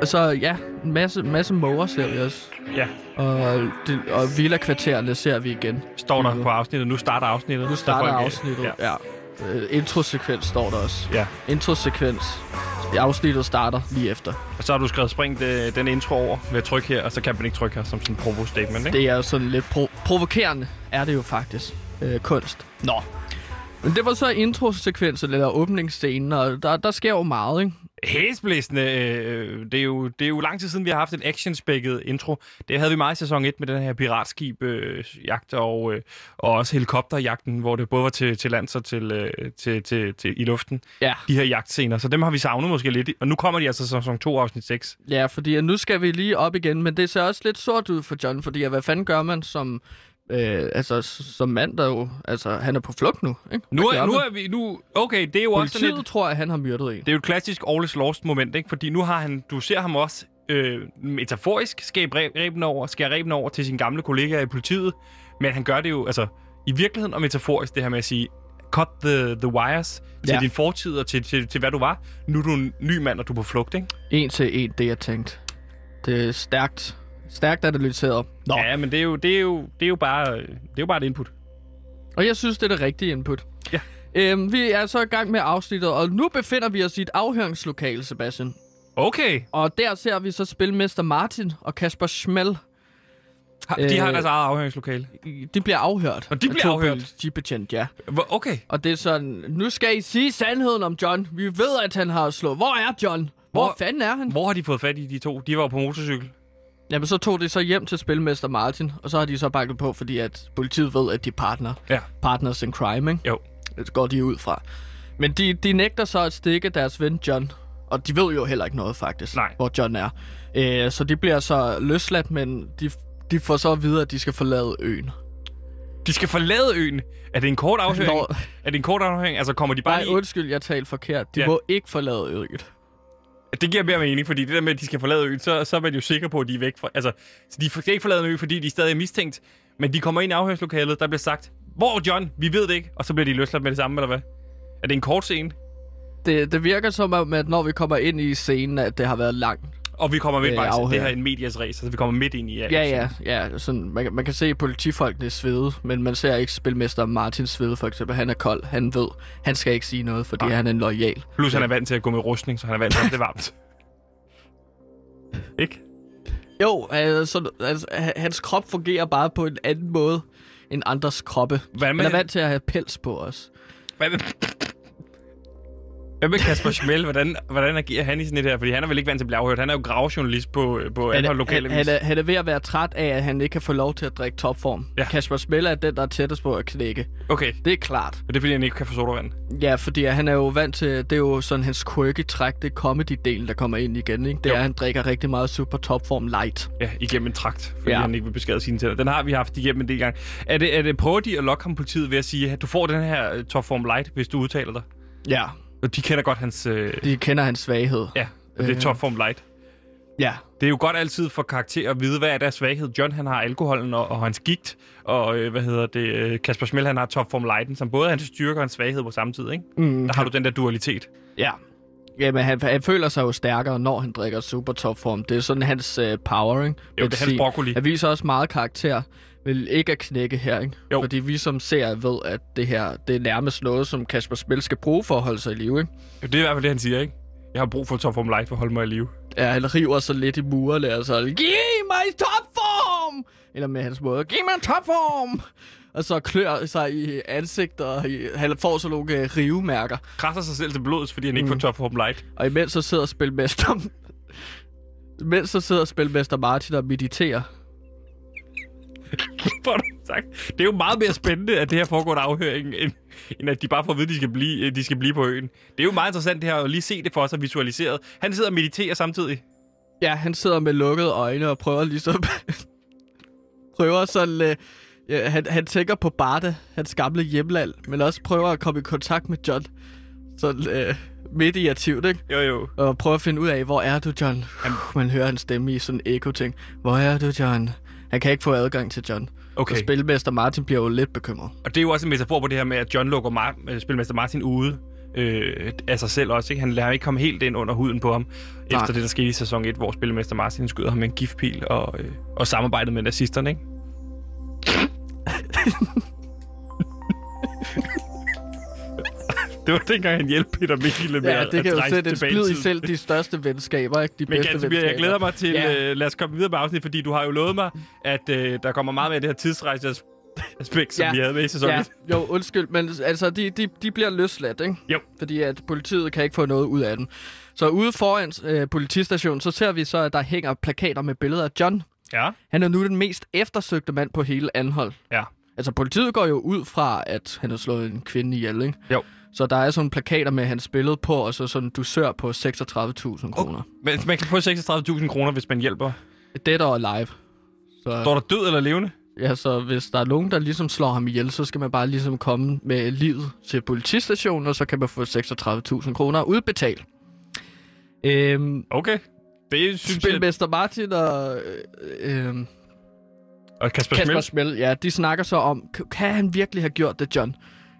B: og så ja, en masse, masse måger ser vi også.
A: Ja.
B: Og, det, og villa-kvartererne ser vi igen.
A: Står der på afsnittet. Nu starter afsnittet.
B: Mm-hmm. Nu
A: Så
B: starter
A: folk, øh,
B: afsnittet.
A: Ja.
B: ja. Øh, introsekvens står der også.
A: ja.
B: Introsekvens. Afsnittet starter lige efter.
A: Og så har du skrevet spring det, den intro over ved at trykke her, og så kan man ikke trykke her som sådan en provo-statement, ikke?
B: Det er jo sådan lidt pro- provokerende, er det jo faktisk. Øh, kunst. Nå. Men det var så introsekvensen, eller åbningsscenen, og der, der sker jo meget, ikke?
A: Hæsblæsende. Øh, det, er jo, det er jo lang tid siden, vi har haft en actionspækket intro. Det havde vi meget i sæson 1 med den her piratskib øh, jagt og, øh, og også helikopterjagten, hvor det både var til, til lands og til, øh, til, til, til, i luften.
B: Ja.
A: De her jagtscener. Så dem har vi savnet måske lidt. i- Og nu kommer de altså i sæson 2 afsnit 6.
B: Ja, fordi at nu skal vi lige op igen, men det ser også lidt sort ud for John, fordi at hvad fanden gør man som... Øh, altså, s- som mand, der jo... Altså, han er på flugt nu, ikke?
A: Nu
B: Hvad
A: er,
B: gør
A: nu
B: man?
A: er vi... Nu, okay, det er jo også sådan
B: Politiet
A: lidt,
B: tror, at han har myrdet en.
A: Det er jo et klassisk all is lost moment, ikke? Fordi nu har han, du ser ham også øh, metaforisk skabe re- reben over, skære reben over til sine gamle kollegaer i politiet. Men han gør det jo, altså, i virkeligheden og metaforisk, det her med at sige, cut the, the wires til
B: Ja.
A: din fortid og til, til, til, hvad du var. Nu er du en ny mand, og du er på flugt, ikke?
B: En til en, det jeg tænkte. Det er stærkt. Stærkt analyseret. Nå. Ja.
A: Ja, men det er jo, det er jo, det er jo, bare, det er jo bare et input.
B: Og jeg synes, det er det rigtige input.
A: Ja.
B: Øhm, vi er så i gang med afsnittet, og nu befinder vi os i et afhøringslokale, Sebastian.
A: Okay,
B: Og der ser vi så spilmester Martin og Kasper Schmel.
A: har, de har
B: Øh.
A: deres eget afhøringslokale.
B: De bliver afhørt.
A: Og de
B: af
A: bliver
B: to
A: afhørt?
B: politibetjente, ja.
A: Hvor- Okay,
B: Og det er sådan, nu skal I sige sandheden om John. Vi ved, at han har slået. Hvor er John? Hvor,
A: Hvor-
B: Hvor fanden er han?
A: hvor har de fået fat i de to? De var jo på motorcykel.
B: Jamen, så tog de så hjem til spilmester Martin, og så har de så bakket på, fordi at politiet ved, at de er partner.
A: Ja.
B: Partners in crime, ikke?
A: Jo.
B: Det går de ud fra. Men de, de nægter så at stikke deres ven John. Og de ved jo heller ikke noget, faktisk,
A: Nej.
B: hvor John er. Øh, så de bliver så løsladt, men de, de får så at vide, at de skal forlade øen.
A: De skal forlade øen. Er det en kort afhøring?
B: Nå.
A: Er det en kort afhøring? Altså, kommer de bare
B: Nej,
A: lige-
B: undskyld, jeg talte forkert. De
A: Ja.
B: ja. må ikke forlade øen.
A: Det giver mere mening, fordi det der med, at de skal forlade øen, så, så er man jo sikker på, at de er væk fra... Altså, så de skal ikke forlade en ø, fordi de stadig er mistænkt. Men de kommer ind i afhøringslokalet, der bliver sagt, hvor er John? Vi ved det ikke. Og så bliver de løsladt med det samme, eller hvad? Er det en kort scene?
B: Det, det virker som om, at når vi kommer ind i scenen, at det har været langt.
A: Og vi kommer midt
B: Øh,
A: faktisk, det
B: afhøring.
A: her er en medias race, så vi kommer midt ind i
B: Ja, ja, ja. Sådan, man, kan- man kan se politifolkene svede, men man ser ikke spilmester Martin svede, for eksempel. Han er kold, han ved, han skal ikke sige noget, fordi han er en lojal.
A: Plus han er vant til at gå med rustning, så han er vant til, at det er varmt. ikke?
B: Jo, altså, altså, h- hans krop fungerer bare på en anden måde end andres kroppe.
A: Hvad med-
B: Han er vant til at have pels på os.
A: Hvad med... Hvad med Kasper Schmel? Hvordan, hvordan agerer han i sådan et her? Fordi han er vel ikke vant til at blive afhørt. Han er jo gravejournalist på, øh, på
B: Han,
A: andre
B: er-
A: lokale
B: han,
A: vis.
B: han, er, han er ved at være træt af, at han ikke kan få lov til at drikke topform.
A: Ja.
B: Ja. Kasper Smell er den, der er tættest på at knække.
A: Okay,
B: Det er klart.
A: og det er fordi, han ikke kan få sodavand.
B: Ja, fordi han er jo vant til, det er jo sådan hans quirky træk, det er comedy-delen, der kommer ind igen, ikke? Det
A: Jo.
B: er, at han drikker rigtig meget super topform light.
A: Ja, igennem en trakt, fordi ja.
B: Ja.
A: han ikke vil beskade sine tænder. Den har vi haft igennem en del gange. Er det, er det, prøver de at lokke ham politiet ved at sige, at du får den her øh, topform light, hvis du udtaler dig?
B: Ja,
A: Og de kender godt hans... Øh,
B: de kender hans svaghed.
A: ja, og det er
B: Øh.
A: topform light.
B: Ja,
A: Det er jo godt altid for karakter at vide, hvad er deres svaghed. John, han har alkoholen og, og hans gigt, og øh, hvad hedder det, øh, Kasper Schmel, han har topform lighten, som både er hans styrke og hans svaghed på samme tid, ikke? Mm. Der har du den der dualitet.
B: ja. Jamen, han, han føler sig jo stærkere, når han drikker super topform. Det er sådan hans øh, power, ikke?
A: det er hans broccoli.
B: Han viser også meget karakter vil ikke at knække her, ikke?
H: Jo.
B: Fordi vi som ser ved, at det her det er nærmest noget, som Kasper Spil skal bruge for at holde sig i live, ikke?
A: Det er i hvert fald det, han siger, ikke? Jeg har brug for Topform Light for at holde mig i live.
B: Ja, han river sig lidt i murerne, altså. Giv mig topform! Eller med hans måde, giv mig topform! Og så klør sig i ansigtet, og i, han får sådan nogle øh, rivemærker.
A: Krasser sig selv til blodet, fordi han ikke får Topform Light.
B: Og imens så sidder spilmester... imens så sidder spilmester Martin og mediterer.
A: Hvor du sagt. Det er jo meget mere spændende, at det her foregår en afhøring, end, end at de bare får at vide, at de skal, blive, øh, de skal blive på øen. Det er jo meget interessant det her, at lige se det for sig visualiseret. Han sidder og mediterer samtidig.
B: Ja, han sidder med lukkede øjne og prøver ligesom... prøver sådan... Øh, ja, han, han tænker på Barte, hans gamle hjemland, men også prøver at komme i kontakt med John. Sådan øh, mediativt, ikke?
A: Jo, jo.
B: Og prøver at finde ud af, hvor er du, John? Jamen. Man hører hans stemme i sådan en eko-ting. Hvor er du, John? Han kan ikke få adgang til John.
A: Okay.
B: Så spilmester Martin bliver jo lidt bekymret.
A: Og det er jo også en metafor på det her med, at John lukker Mar- øh, spilmester Martin ude øh, af sig selv også. Ikke? Han lader ham ikke komme helt ind under huden på ham, Nej. efter det, der skete i sæson 1, hvor spilmester Martin skyder ham med en giftpil og, øh, og samarbejdet med nazisterne. Ikke? det var dengang, han hjalp Peter Mikkel med
B: Ja,
A: at-
B: det kan
A: at
B: jo
A: rejse
B: sætte en
A: tilbage i
B: splid i
A: tiden.
B: selv de største venskaber, ikke? De
A: Men
B: bedste
A: Gansomir,
B: venskaber.
A: jeg glæder mig til,
B: Ja.
A: ja. øh, lad os komme videre med afsnit, fordi du har jo lovet mig, at øh, der kommer meget mere af det her tidsrejseaspekt, som
B: Ja.
A: ja. vi havde med i sæson 1.
B: Ja, jo, undskyld, men altså, de, de, de bliver løsladt, ikke?
A: Jo.
B: Fordi at politiet kan ikke få noget ud af dem. Så ude foran øh, politistationen, så ser vi så, at der hænger plakater med billeder af John.
A: Ja.
B: Han er nu den mest eftersøgte mand på hele Anhold.
A: Ja.
B: Altså, politiet går jo ud fra, at han har slået en kvinde ihjel, ikke?
A: Jo.
B: Så der er sådan plakater med hans billede på, og så sådan dusør på 36.000 kroner.
A: Men man kan få 36.000 kroner, hvis man hjælper.
B: Dead or alive. Så,
A: Står der død eller levende?
B: ja, så hvis der er nogen, der ligesom slår ham ihjel, så skal man bare ligesom komme med livet til politistationen, og så kan man få 36.000 kroner udbetalt. Øhm,
A: Okay. Det synes jeg...
B: Spilmester Martin og øh, øh,
A: Og Kasper,
B: Kasper
A: Kasper
B: Smell, ja, de snakker så om, "K- kan han virkelig have gjort det, John?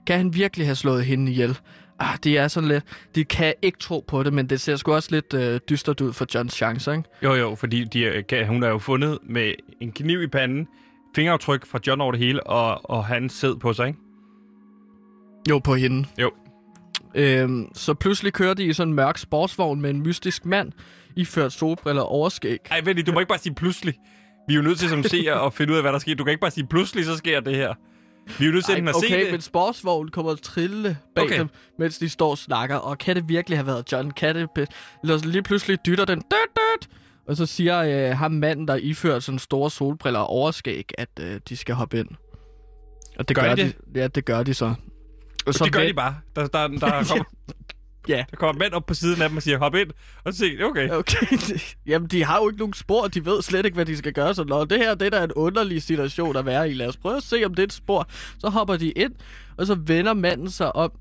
B: Kan han virkelig have slået hende ihjel? Ah, de er sådan lidt, de kan ikke tro på det, men det ser sgu også lidt øh, dystert ud for Johns chancer, ikke?
A: Jo, jo, fordi de, er- kan- hun er jo fundet med en kniv i panden, fingeraftryk fra John over det hele, og, og han sæd på sig, ikke?
B: Jo, på hende.
A: Jo.
B: Øhm, så pludselig kører de i sådan en mørk sportsvogn med en mystisk mand, iført solbriller og overskæg.
A: Ej, vent lige, du må ikke bare sige pludselig. Vi er jo nødt til som seer at finde ud af, hvad der sker. Du kan ikke bare sige, pludselig så sker det her. Vi er jo nødt til enten at se
B: okay,
A: det.
B: men sportsvognen kommer og trille bag okay.
A: Okay.
B: dem, mens de står og snakker. Og kan det virkelig have været John? Kan det... be- Eller så lige pludselig dytter den. Død, død! Og så siger øh, ham manden, der ifører sådan store solbriller og overskæg, at øh, de skal hoppe ind. Og det
A: Gør
B: gør,
A: de
B: de? Ja, det gør de så. Og
A: det gør de bare. Der, der, der, kommer,
B: Ja.
A: der kommer mænd op på siden af dem og siger, hop ind. Og så siger de, okay.
B: Okay, jamen de har jo ikke nogen spor, de ved slet ikke, hvad de skal gøre. Så når det her det er da en underlig situation at være i, lad os prøve at se, om det er et spor. Så hopper de ind, og så vender manden sig om.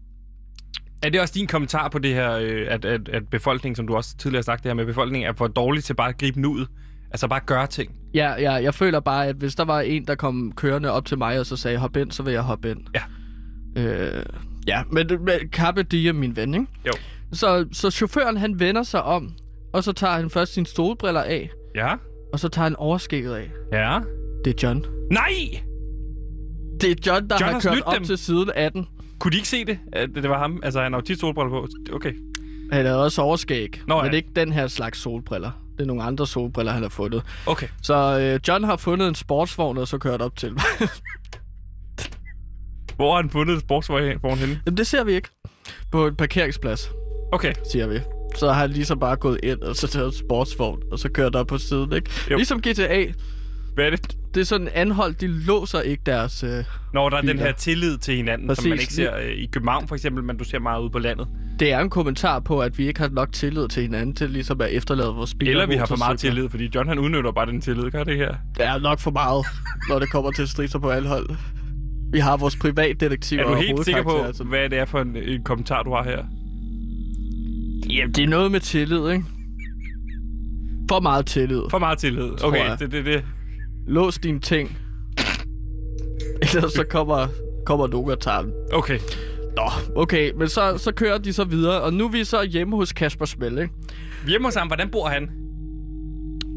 A: Er det også din kommentar på det her, øh, at, at, at befolkningen, som du også tidligere har sagt det her med, befolkningen er for dårlig til bare at gribe den ud? Altså bare gøre ting.
B: Ja, ja, jeg føler bare, at hvis der var en, der kom kørende op til mig, og så sagde, hop ind, så vil jeg hoppe ind.
A: Ja.
B: Øh, ja, men, men Carpe Diem, min ven, ikke?
A: Jo.
B: Så, så chaufføren, han vender sig om, og så tager han først sine solbriller af,
A: Ja.
B: og så tager han overskægget af.
A: Ja.
B: Det er John.
A: Nej!
B: Det er John, der
A: John har
B: har kørt
A: snydt
B: op
A: dem.
B: til siden af den.
A: Kunne de ikke se det? At det var ham? Altså, han har jo tit solbriller på. Okay.
B: Han havde også overskæg,
A: Nå,
B: men
A: ja.
B: ikke den her slags solbriller. Det er nogle andre solbriller, han har fundet.
A: Okay.
B: Så øh, John har fundet en sportsvogn, og så kørt op til mig.
A: Hvor har han fundet sportsvognen henne?
B: Jamen, det ser vi ikke. På en parkeringsplads,
A: Okay.
B: siger vi. Så har han ligesom bare gået ind, og så taget en sportsvogn, og så kørt op på siden, ikke? Jo.
A: Jo.
B: Ligesom GTA.
A: Hvad er det?
B: Det er sådan anhold, de låser ikke deres... Øh,
A: Når der er den
B: Biler.
A: her tillid til hinanden, Præcis. som man
B: Præcis.
A: ikke ser øh, i København for eksempel, men du ser meget ude på landet.
B: det er en kommentar på, at vi ikke har nok tillid til hinanden til ligesom at efterlade vores biler.
A: Eller
B: og
A: vi har for meget
B: motorcykler.
A: tillid, fordi John han udnytter bare den tillid, gør det her?
B: Det er nok for meget, når det kommer til striser på anhold. Vi har vores privatdetektiver
A: Er du
B: og
A: helt sikker på,
B: hovedkarakterer, som-
A: hvad det er for en, en kommentar, du har her?
B: Jamen, det er noget med tillid, ikke? For meget tillid.
A: For meget tillid.
B: jeg.
A: Okay, det, det, det.
B: Lås dine ting. Ellers så kommer, kommer nogen og tager dem.
A: Okay.
B: Nå, okay, men så, så kører de så videre, og nu er vi så hjemme hos Kasper Smell, ikke?
A: Hjemme hos ham, hvordan bor han?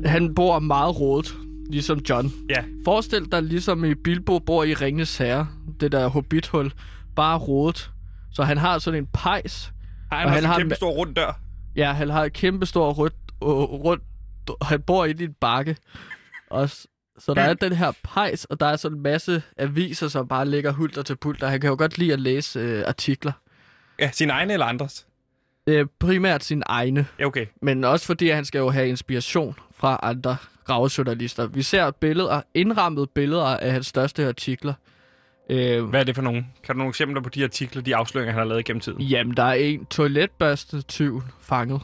B: Han bor meget rådet. ligesom John.
A: Ja.
B: Forestil dig ligesom i Bilbo bor i Ringens Herre, det der hobbithul, bare rodet. Så han har sådan en pejs.
A: Ej,
B: Og
A: han,
B: han
A: har
B: har
A: en
B: en-
A: kæmpe stor rund dør.
B: Ja, han har et kæmpe stor rødt, øh, rundt, han bor inde i en bakke. Og s- så der er den her pejs, og der er sådan en masse aviser, som bare ligger hulter til pulter. Han kan jo godt lide at læse øh, artikler.
A: Ja, sin egen eller andres.
B: Øh, primært sine egne.
A: Ja, okay.
B: Men også fordi han skal jo have inspiration fra andre gravejournalister. Vi ser billeder, indrammede billeder af hans største artikler. Øh,
A: Hvad er det for nogen? Kan du nogle eksempler på de artikler, de afsløringer, han har lavet gennem tiden?
B: jamen, der er en toiletbørste tyv fanget.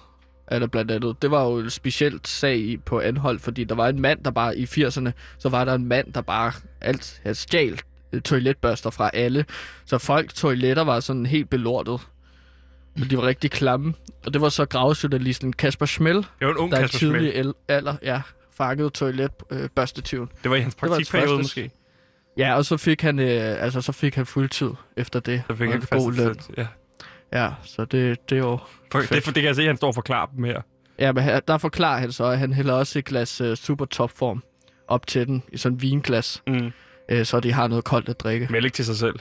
B: Eller blandt andet. Det var jo en specielt sag i, på anhold, fordi der var en mand, der bare i 80'erne, så var der en mand, der bare alt han stjal øh, toiletbørster fra alle. Så folk toiletter var sådan helt belortet. Men de var rigtig klamme. Og det var så gravejournalisten Kasper Schmel,
A: Det var en ung
B: der er
A: Kasper Schmel.
B: tidlig el- alder, ja, fangede toiletbørstetyven.
A: Det var i hans
B: var hans
A: praktikperiode
B: første-
A: måske.
B: ja, og så fik han, øh, altså, så fik han fuldtid efter det.
A: Så fik
B: og
A: han
B: en
A: fast
B: god løn.
A: ansættelse. Ja.
B: Ja, så det, det er jo...
A: For, det, for, det kan jeg se, at han står og forklarer dem her.
B: Ja, men her, der forklarer han så, at han hælder også et glas øh, super topform op til den, i sådan en vinglas,
A: Mm.
B: øh, så de har noget koldt at drikke.
A: Mælk til sig selv.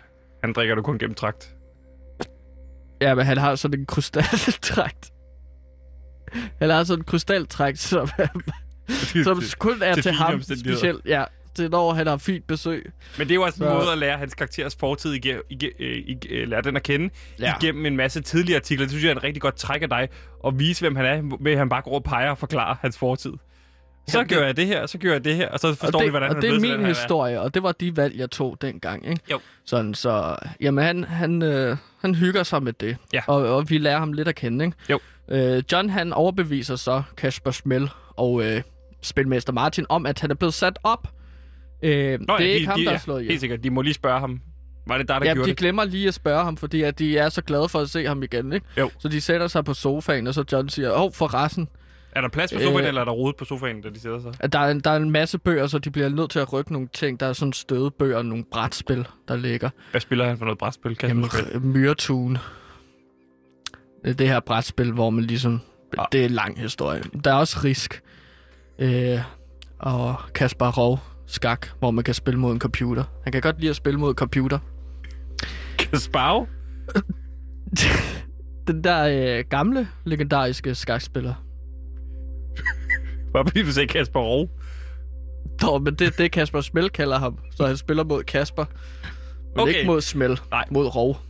A: Han drikker du kun gennem trakt.
B: Ja, men han har sådan en krystaltragt. Han har sådan en krystaltragt, som, som kun er
A: til
B: til,
A: fine
B: ham
A: omstændigheder.
B: specielt. Ja, det er når han har fint besøg.
A: Men det er jo også en
B: Så-
A: måde at lære hans karakteres fortid, ige, ige, øh, ige, øh, lære den at kende, ja.
B: Ja.
A: igennem en masse tidligere artikler. Det synes jeg er et rigtig godt træk af dig, at vise, hvem han er, med at han bare går og peger og forklarer hans fortid. Så
B: Jamen, det-
A: gjør jeg det her, så gør jeg det her, og så forstår
B: og det,
A: vi, hvordan
B: og
A: han
B: det
A: blevet
B: er
A: til den,
B: min
A: han
B: historie, og det var de valg, jeg tog dengang. Ikke?
A: Jo.
B: Sådan, så jamen, han, han, øh, han hygger sig med det,
A: Ja.
B: og, og vi lærer ham lidt at kende. Ikke?
A: Jo.
B: Øh, John han overbeviser så Kasper Schmel og øh, Spilmester Martin om, at han er blevet sat op. Øh,
A: Nå,
B: det er
A: ja,
B: ikke
A: de,
B: ham,
A: de,
B: der
A: ja,
B: er slået
A: Helt
B: ihjel.
A: sikkert. De må lige spørge ham. Var det dig, der
B: Ja,
A: gjorde
B: de
A: det?
B: glemmer lige at spørge ham, fordi at de er så glade for at se ham igen. Ikke?
A: Jo.
B: Så de sætter sig på sofaen, og så John siger, åh, oh, forresten,
A: Er der plads på sofaen, øh,
B: Øh,
A: eller er der rode på sofaen, da de sidder så?
B: at der er, en, der er en masse bøger, så de bliver nødt til at rykke nogle ting. Der er sådan stødebøger og nogle brætspil, der ligger.
A: Hvad spiller han for noget brætspil? Kasper
B: Jamen,
A: Schmidt?
B: r- Myretune. Det er det her brætspil, hvor man ligesom...
A: Ah.
B: Det er en lang historie. Der er også Risk. Øh, og Kasper Rov. Skak, hvor man kan spille mod en computer. Han kan godt lide at spille mod en computer.
A: Kasparov?
B: Den der øh, gamle, legendariske skakspiller.
A: Bare fordi du sagde Kasper Rov.
B: Nå, men det er det, Kasper Smel kalder ham. Så han spiller mod Kasper. Men
A: Okay.
B: okay. ikke mod Smel.
A: Nej.
B: Mod Rov.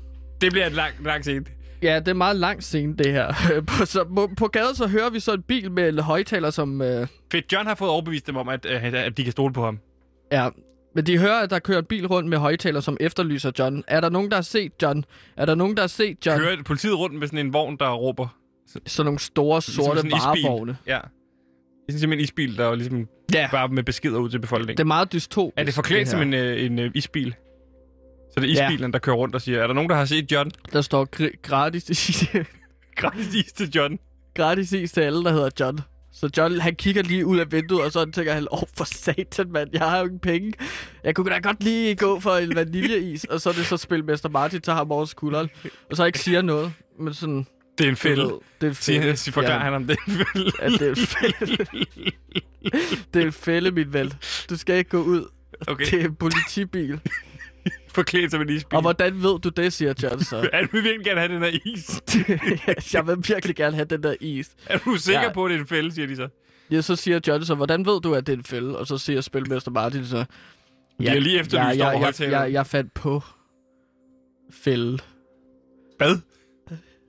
A: Det bliver et langt, langt sent.
B: Ja, det er meget lang scene, det her. på, så, på, på gaden så hører vi så en bil med en højtaler, som... Øh,
A: Fedt, John har fået overbevist dem om, at, øh, at de kan stole på ham.
B: Ja, men de hører, at der kører en bil rundt med højtaler, som efterlyser John. Er der nogen, der har set John? Er der nogen, der har set John? Kører...
A: Kører politiet rundt med sådan en vogn, der råber.
B: Sådan nogle store, sorte
A: ligesom sådan en isbil.
B: varevogne.
A: Ja. Det er sådan simpelthen en isbil, der er jo ligesom
B: Ja,
A: bare med beskeder ud til
B: det er
A: befolkningen.
B: meget dystopisk.
A: Er det forklædt som
B: her.
A: en, øh, en øh, isbil? Så det er isbilen, der kører rundt og siger, er der nogen, der har set John?
B: Der står gr- gratis,
A: Gratis is til John.
B: gratis is til alle, der hedder John. Så John, han kigger lige ud af vinduet, og så tænker han, åh, oh, for satan, mand, jeg har jo ingen penge. Jeg kunne da godt lige gå for en vaniljeis, og så er det så spilmester Martin tager ham over skulderen, og så ikke siger noget, men sådan...
A: Det er en fælde.
B: du ved, Det er en
A: Siger,
B: fælde.
A: siger, forklarer
B: Ja.
A: han om det er en fælde.
B: Ja, det er en fælde. det er en fælde, min ven. Du skal ikke gå ud.
A: Okay.
B: Det er en politibil.
A: Forklædt som en isbil.
B: Og hvordan ved du det, siger John så?
A: Er du virkelig gerne have den her is?
B: jeg vil virkelig gerne have den der is.
A: Er du sikker
B: Ja.
A: på, at det er en fælde, siger de så?
B: Ja, så siger John så, hvordan ved du, at det er en fælde? Og så siger Spilmester Martin så...
A: De har lige efterlyst
B: jeg,
A: over
B: jeg, jeg,
A: højtaleren."
B: jeg, jeg fandt på fælde.
A: Hvad?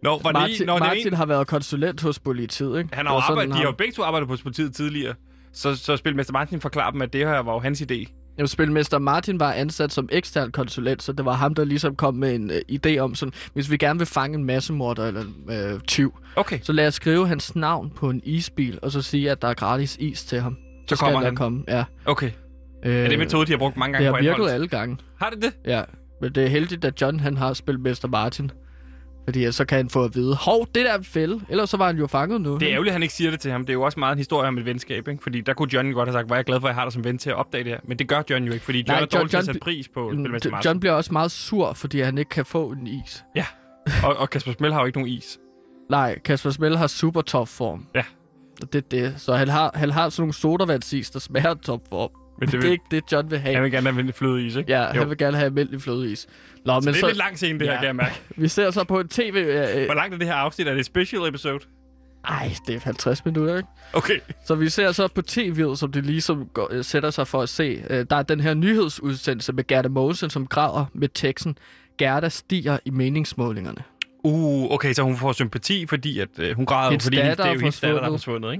A: Nå, var det,
B: Martin,
A: en, nå, det er
B: Martin
A: en,
B: har været konsulent hos politiet, ikke?
A: han har jo
B: Og sådan
A: arbejdet, de har
B: ham-
A: jo begge to arbejdet på politiet tidligere. Så, så spilmester Martin forklarer dem, at det her var jo hans idé.
B: Jamen, Spilmester Martin var ansat som ekstern konsulent, så det var ham, der ligesom kom med en øh, idé om sådan, hvis vi gerne vil fange en massemorder eller en, øh, tyv,
A: Okay,
B: så lad os skrive hans navn på en isbil, og så sige, at der er gratis is til ham.
A: så
B: Skal
A: kommer
B: der
A: han.
B: Komme. Ja.
A: Okay.
B: Øh,
A: Er det en metode, de har brugt mange gange
B: det
A: på
B: har virket
A: anholdelser?
B: alle gange,
A: Har det det?
B: ja. Men det er heldigt, at John han har Spilmester Martin. Fordi ellers så kan han få at vide, hov, det der er en fælde. Ellers så var han jo fanget nu.
A: Det er ærgerligt, at han ikke siger det til ham. Det er jo også meget en historie om et venskab, ikke? Fordi der kunne John jo godt have sagt, hvor er jeg glad for, at jeg har dig som ven til at opdage det her. Men det gør John jo ikke, fordi John
B: Nej,
A: er dårlig
B: John-
A: til at
B: John
A: sætte
B: bl-
A: pris på
B: Mm,
A: spilmester
B: d-
A: Martin.
B: John bliver også meget sur, fordi han ikke kan få en is.
A: Og, og Kasper Smell har jo ikke nogen is.
B: Nej, Kasper Smell har super top form.
A: Ja.
B: Så det er det. Så han har, han har sådan nogle sodavandsis, der smager topform.
A: Men det
B: Det
A: vil,
B: er ikke det, John vil have.
A: han vil gerne have lidt flødeis, ikke?
B: Ja,
A: Jo.
B: han vil gerne have almindelig flødeis. Nå,
A: Så det
B: men
A: er
B: så,
A: lidt lang scene, det
B: Ja.
A: her, kan jeg mærke.
B: vi ser så på en tv... Øh, øh,
A: Hvor langt er det her afsnit? Er det et special episode?
B: ej, det er 50 minutter, ikke?
A: Okay.
B: Så vi ser så på tv'et, som det ligesom går, øh, sætter sig for at se. Øh, der er den her nyhedsudsendelse med Gerda Mogensen, som græder med teksten. Gerda stiger i meningsmålingerne.
A: Uh, okay, så hun får sympati, fordi at, øh, hun græder, jo,
B: Hendes
A: fordi det
B: datter
A: er
B: er
A: jo hendes datter, der er forsvundet,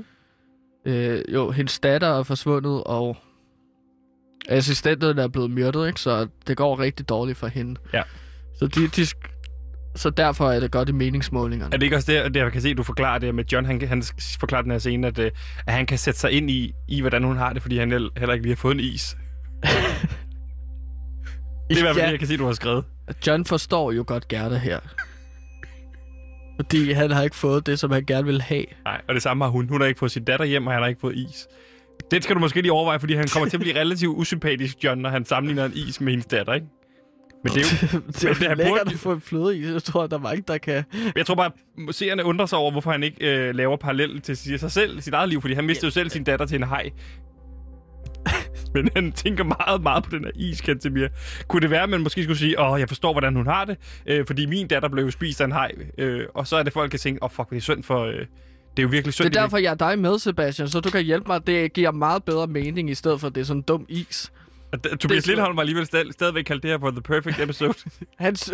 A: ikke?
B: Øh, jo, hendes datter er forsvundet, og assistenten er blevet myrdet, ikke? så det går rigtig dårligt for hende.
A: Ja.
B: Så, de, de, sk- så derfor er det godt i meningsmålingerne.
A: Er det ikke også det, det jeg kan se, du forklarer det med John, han, han forklarer den her scene, at, øh, at han kan sætte sig ind i, i, hvordan hun har det, fordi han hel- heller ikke lige har fået en is. Det er i hvert fald det, jeg kan se, du har skrevet.
B: John forstår jo godt Gerda her. Fordi han har ikke fået det, som han gerne vil have.
A: Nej, og det samme har hun. Hun har ikke fået sin datter hjem, og han har ikke fået is. Den skal du måske lige overveje, fordi han kommer til at blive relativt usympatisk, John, når han sammenligner en is med hendes datter, ikke? Men det er jo,
B: det er
A: Men
B: jo
A: han
B: lækkert
A: burde-
B: at få en fløde i. Jeg tror, der er mange, der kan...
A: jeg tror bare, at seerne undrer sig over, hvorfor han ikke øh, laver parallel til sig sig selv, sit eget liv, fordi han mistede jo selv sin datter til en haj. Men han tænker meget, meget på den her is, Kantemir. Kunne det være, at man måske skulle sige, åh, jeg forstår, hvordan hun har det, øh, fordi min datter blev jo spist af en haj. Øh, og så er det, folk kan tænke, åh, oh, fuck, det er synd for... Øh, det er jo virkelig synd.
B: Det er derfor, jeg er dig med, Sebastian, så du kan hjælpe mig. Det giver meget bedere mening, i stedet for, at det er sådan en dum is.
A: Og d- Tobias
B: svært.
A: Lindholm har alligevel stad- stadigvæk kaldt det her for The Perfect Episode.
B: Hans,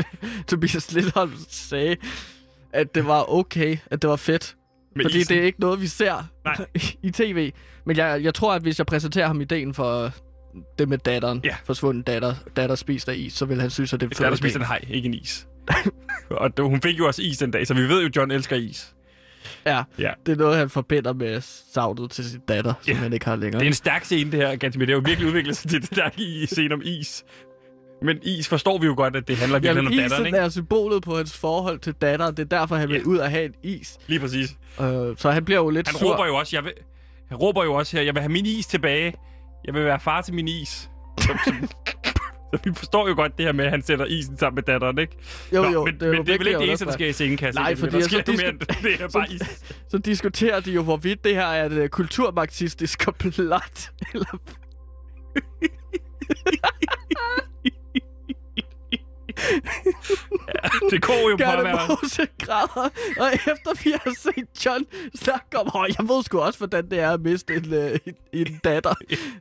B: Tobias Lindholm sagde, at det var okay, at det var fedt.
A: Med
B: fordi
A: isen.
B: det er ikke noget, vi ser
A: Nej.
B: i tv. Men jeg, jeg tror, at hvis jeg præsenterer ham ideen for øh, det med datteren,
A: Ja.
B: forsvunden datter, datter spist af is, så vil han synes, at det er en
A: Der er der
B: fed
A: spist en
B: idé.
A: hej, ikke en is. og det- hun fik jo også is den dag, så vi ved jo, at John elsker is.
B: Ja.
A: Ja.
B: Det er noget, han forbinder med savnet til sin datter, som
A: Ja.
B: han ikke har længere.
A: Det er en stærk scene, det her, Gantemir. Det har jo virkelig udviklet sig til en stærk i- scene om is. Men is forstår vi jo godt, at det handler virkelig om
B: Jamen,
A: datteren,
B: isen
A: ikke?
B: er symbolet på hans forhold til datteren. Det er derfor, han vil
A: Ja.
B: ud og have en is.
A: Lige præcis.
B: Øh, så han bliver jo lidt
A: Han
B: sur.
A: råber jo også, jeg vil, han råber jo også her, jeg vil have min is tilbage. Jeg vil være far til min is. Så, så, så vi forstår jo godt det her med, at han sætter isen sammen med datteren, ikke?
B: Jo,
A: Nå,
B: jo,
A: men,
B: det er
A: men
B: jo
A: det er vel
B: vigtigt
A: ikke
B: at
A: det eneste, der
B: understrege.
A: sker i scenen, kan jeg se,
B: Nej,
A: Gantemir.
B: fordi
A: der
B: så
A: sker jo mere end
B: disku-
A: det er
B: så-
A: bare is.
B: Så diskuterer de jo, hvorvidt det her er et uh, kulturmarxistisk komplot. Eller...
A: Det går jo på at
B: Gerne
A: være...
B: Mose græder. Og efter vi har set John snakke om, "Åh, jeg ved sgu også, hvordan det er at miste en, uh, en, en datter.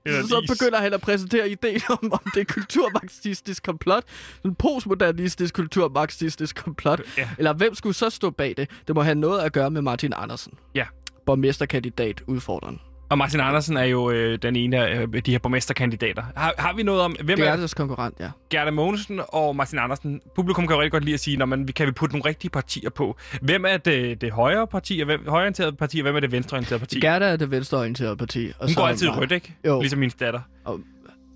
A: Eller
B: så, så
A: en is.
B: begynder han at præsentere ideen om, om det er kulturmarxistisk komplot. En postmodernistisk kulturmarxistisk komplot.
A: Ja.
B: Eller hvem skulle så stå bag det? Det må have noget at gøre med Martin Andersen.
A: Ja.
B: Borgmesterkandidat udfordreren.
A: Og Martin Andersen er jo øh, den ene af øh, de her borgmesterkandidater. Har, har vi noget om, hvem
B: Det
A: er,
B: er deres konkurrent, ja.
A: Gerda Mogensen og Martin Andersen? Publikum kan jo rigtig godt lide at sige, når man, kan vi putte nogle rigtige partier på? Hvem er det, det højre parti, og hvem, højreorienterede parti, og hvem er det venstreorienterede parti?
B: Gerda er det venstreorienterede parti. Og
A: Hun
B: så
A: går altid i
B: Mar-
A: rødt, ikke?
B: Jo.
A: Ligesom min datter.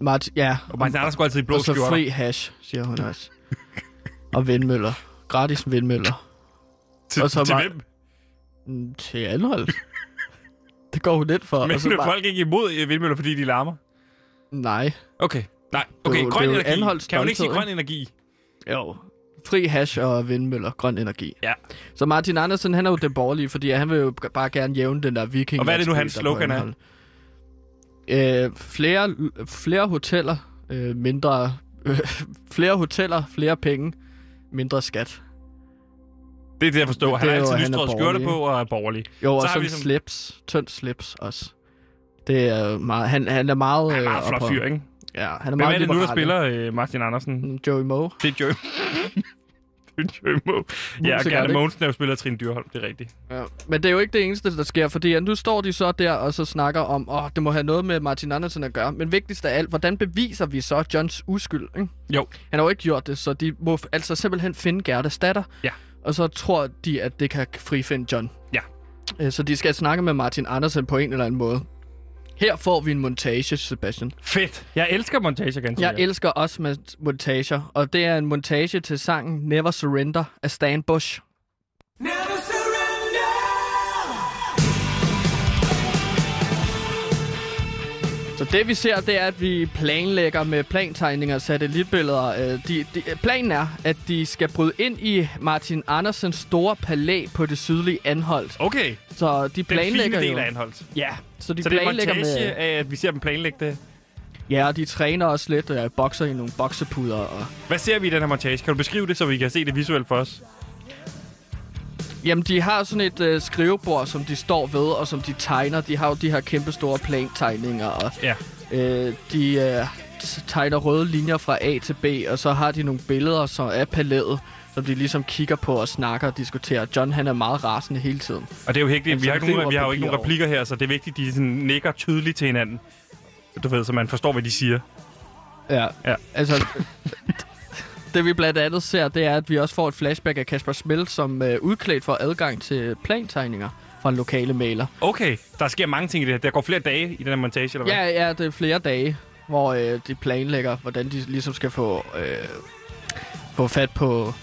B: Mart- ja,
A: Og Martin Andersen går altid i blå
B: og så
A: skjorter.
B: fri hash, siger hun også. og vindmøller. Gratis vindmøller.
A: Til,
B: og så
A: til
B: Mar-
A: hvem?
B: Mm, Til anhold. det går hun lidt for.
A: Men
B: og så
A: er
B: Mar-
A: folk ikke imod øh, vindmøller, fordi de larmer?
B: Nej.
A: Okay. Nej, okay,
B: jo-
A: grøn
B: det er jo
A: energi.
B: Anholts
A: Kan hun ikke sige
B: stolthed,
A: grøn energi?
B: Jo. Fri hash og vindmøller, grøn energi.
A: Ja.
B: Så Martin Andersen, han er jo den borgerlige, fordi han vil jo bare gerne jævne den der viking.
A: Og hvad er det nu,
B: landsby,
A: hans
B: der
A: slogan er?
B: på Anholt. Øh, flere, flere hoteller, øh, mindre... Øh, flere hoteller, flere penge, mindre skat.
A: Det er det, jeg forstår.
B: Men
A: Han
B: det
A: har
B: er jo,
A: altid
B: han er
A: lystrøget skjorte
B: borgerlig,
A: på og er borgerlig.
B: Jo, og
A: Så
B: så
A: har
B: sådan
A: vi
B: vi
A: ligesom-
B: slips. Tynd slips også. Det er meget... Han, han er meget...
A: Han er
B: øh,
A: meget flot
B: oppe-
A: fyr, ikke?
B: Ja, han er
A: Hvem
B: meget
A: er det nu, der
B: liberal,
A: spiller øh, Martin Andersen?
B: ikke? Joey Moe.
A: Det er Joey. det er Joey Moe. Ja, og
B: Musiker,
A: Gerda
B: ikke?
A: Mogensen er jo spiller Trine Dyrholm, det er rigtigt.
B: Ja. Men det er jo ikke det eneste, der sker, fordi nu står de så der og så snakker om, åh, oh, det må have noget med Martin Andersen at gøre. Men vigtigst af alt, hvordan beviser vi så Johns uskyld? Ikke?
A: Jo.
B: Han har jo ikke gjort det, så de må f- altså simpelthen finde Gerdas datter.
A: Ja.
B: Og så tror de, at det kan frifinde John.
A: Ja.
B: Øh, Så de skal snakke med Martin Andersen på en eller anden måde. Her får vi en montage, Sebastian.
A: Fedt. Jeg elsker montager, kan
B: Jeg elsker også med montager, og det er en montage til sangen Never Surrender af Stan Bush.
I: Never surrender.
B: Så Så det vi ser, det er, at vi planlægger med plantegninger og satellitbilleder. Øh, De, de, planen er, at de skal bryde ind i Martin Andersens store palæ på det sydlige Anholdt.
A: Okay,
B: Så de
A: den
B: planlægger
A: fine del
B: jo,
A: af Anholdt.
B: Ja, så de
A: Så det er en
B: planlægger
A: montage
B: med... øh,
A: af, at vi ser dem planlægge det.
B: Ja, og de træner også lidt, og jeg bokser i nogle boksepuder. Og...
A: Hvad ser vi i den her montage? Kan du beskrive det, så vi kan se det visuelt for os?
B: Jamen, de har sådan et øh, skrivebord, som de står ved, og som de tegner. De har jo de her kæmpe store plantegninger, og
A: Ja.
B: øh, de øh, t- tegner røde linjer fra A til B, og så har de nogle billeder så af palæet, som de ligesom kigger på og snakker og diskuterer. John, han er meget rasende hele tiden.
A: Og det er jo vigtigt,
B: Altså,
A: vi har, ikke nogen, vi har jo ikke
B: papir
A: nogen replikker her, så det er vigtigt, de sådan nikker tydeligt til hinanden. Du ved, så man forstår, hvad de siger.
B: Ja.
A: Ja.
B: Altså, det vi blandt andet ser, det er, at vi også får et flashback af Kasper Smil, som øh, udklædt får adgang til plantegninger fra en lokale maler.
A: Okay, der sker mange ting i det her. Der går flere dage i den her montage, eller hvad?
B: Ja, ja, det er flere dage, hvor øh, de planlægger, hvordan de ligesom skal få, øh, få fat på...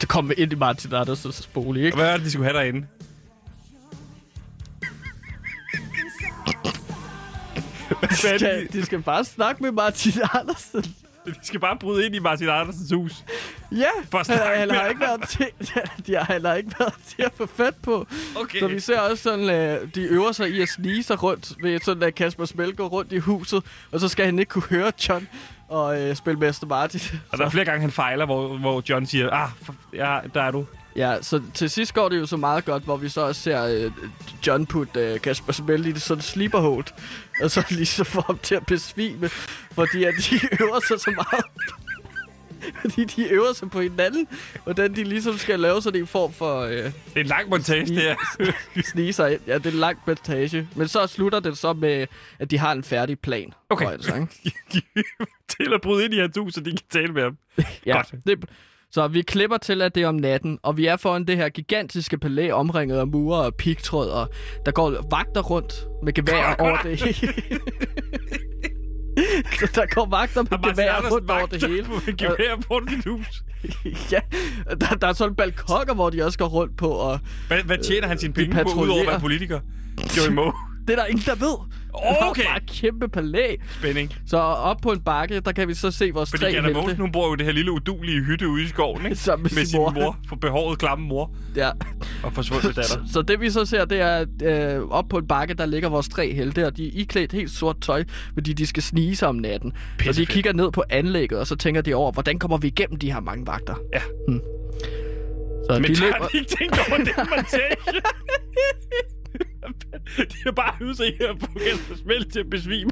B: Det kommer ind i Martin Andersens bolig, ikke?
A: Hvad er det, de skulle have derinde?
B: De
A: Hvad er det,
B: skal, de skal bare snakke med Martin Andersen.
A: de, de skal bare bryde ind i Martin Andersens hus.
B: Ja,
A: For at
B: han,
A: snakke
B: han,
A: med
B: har ikke været til, de har, han har ikke været til at få fat på.
A: Okay.
B: Så vi ser også sådan, øh, de øver sig i at snige sig rundt, ved sådan at Kasper Smel går rundt i huset, og så skal han ikke kunne høre John og øh, spille Mester Martin.
A: Og der er flere gange, han fejler, hvor, hvor John siger, ah, for, ja, der er du.
B: Ja, så til sidst går det jo så meget godt, hvor vi så også ser øh, John put øh, Kasper Smelt i det sådan slipperhold. Og så lige så får ham til at besvime, fordi at de øver sig så meget. fordi de øver sig på hinanden, hvordan de ligesom skal lave sådan en form for øh,
A: Det er en lang montage, det her.
B: snige sig ind. Ja, det er en lang montage. Men så slutter det så med, at de har en færdig plan.
A: Okay.
B: tror jeg, det så, ikke?
A: til at bryde ind i hans hus, så de kan tale med ham.
B: Ja,
A: Godt.
B: Det, så vi klipper til, at det er om natten, og vi er foran det her gigantiske palæ omringet af murer og pigtråd, og der går vagter rundt med geværer over det hele. så der går vagter med geværer rundt over det hele. Øh,
A: Gevær på dit hus.
B: ja, der, der er sådan balkoner, hvor de også går rundt på, og
A: Hvad, hvad tjener han sine
B: de
A: penge på, udover at
B: patruljerer.
A: være politiker? Joey Moe.
B: det er der ingen, der ved.
A: Okay.
B: Der er bare et kæmpe palæ.
A: Spænding.
B: Så op på en bakke, der kan vi så se vores
A: Fordi
B: tre
A: Gerda Mogensen,
B: helte.
A: hun bor jo i det her lille udulige hytte ude i skoven, ikke?
B: Sammen med
A: med
B: sin
A: sin
B: mor.
A: mor. For behovet klamme mor
B: Ja.
A: og forsvundne datter.
B: Så, så det vi så ser, det er, at øh, op på en bakke, der ligger vores tre helte, og de er iklædt helt sort tøj, fordi de skal snige sig om natten. Og de
A: Pissefedt.
B: kigger ned på anlægget, og så tænker de over, hvordan kommer vi igennem de her mange vagter?
A: Ja.
B: Hmm. Så
A: Men der
B: de
A: har
B: løber...
A: de ikke tænkt over den montage. de har bare øvet sig i at få Kasper Smelt til at besvime.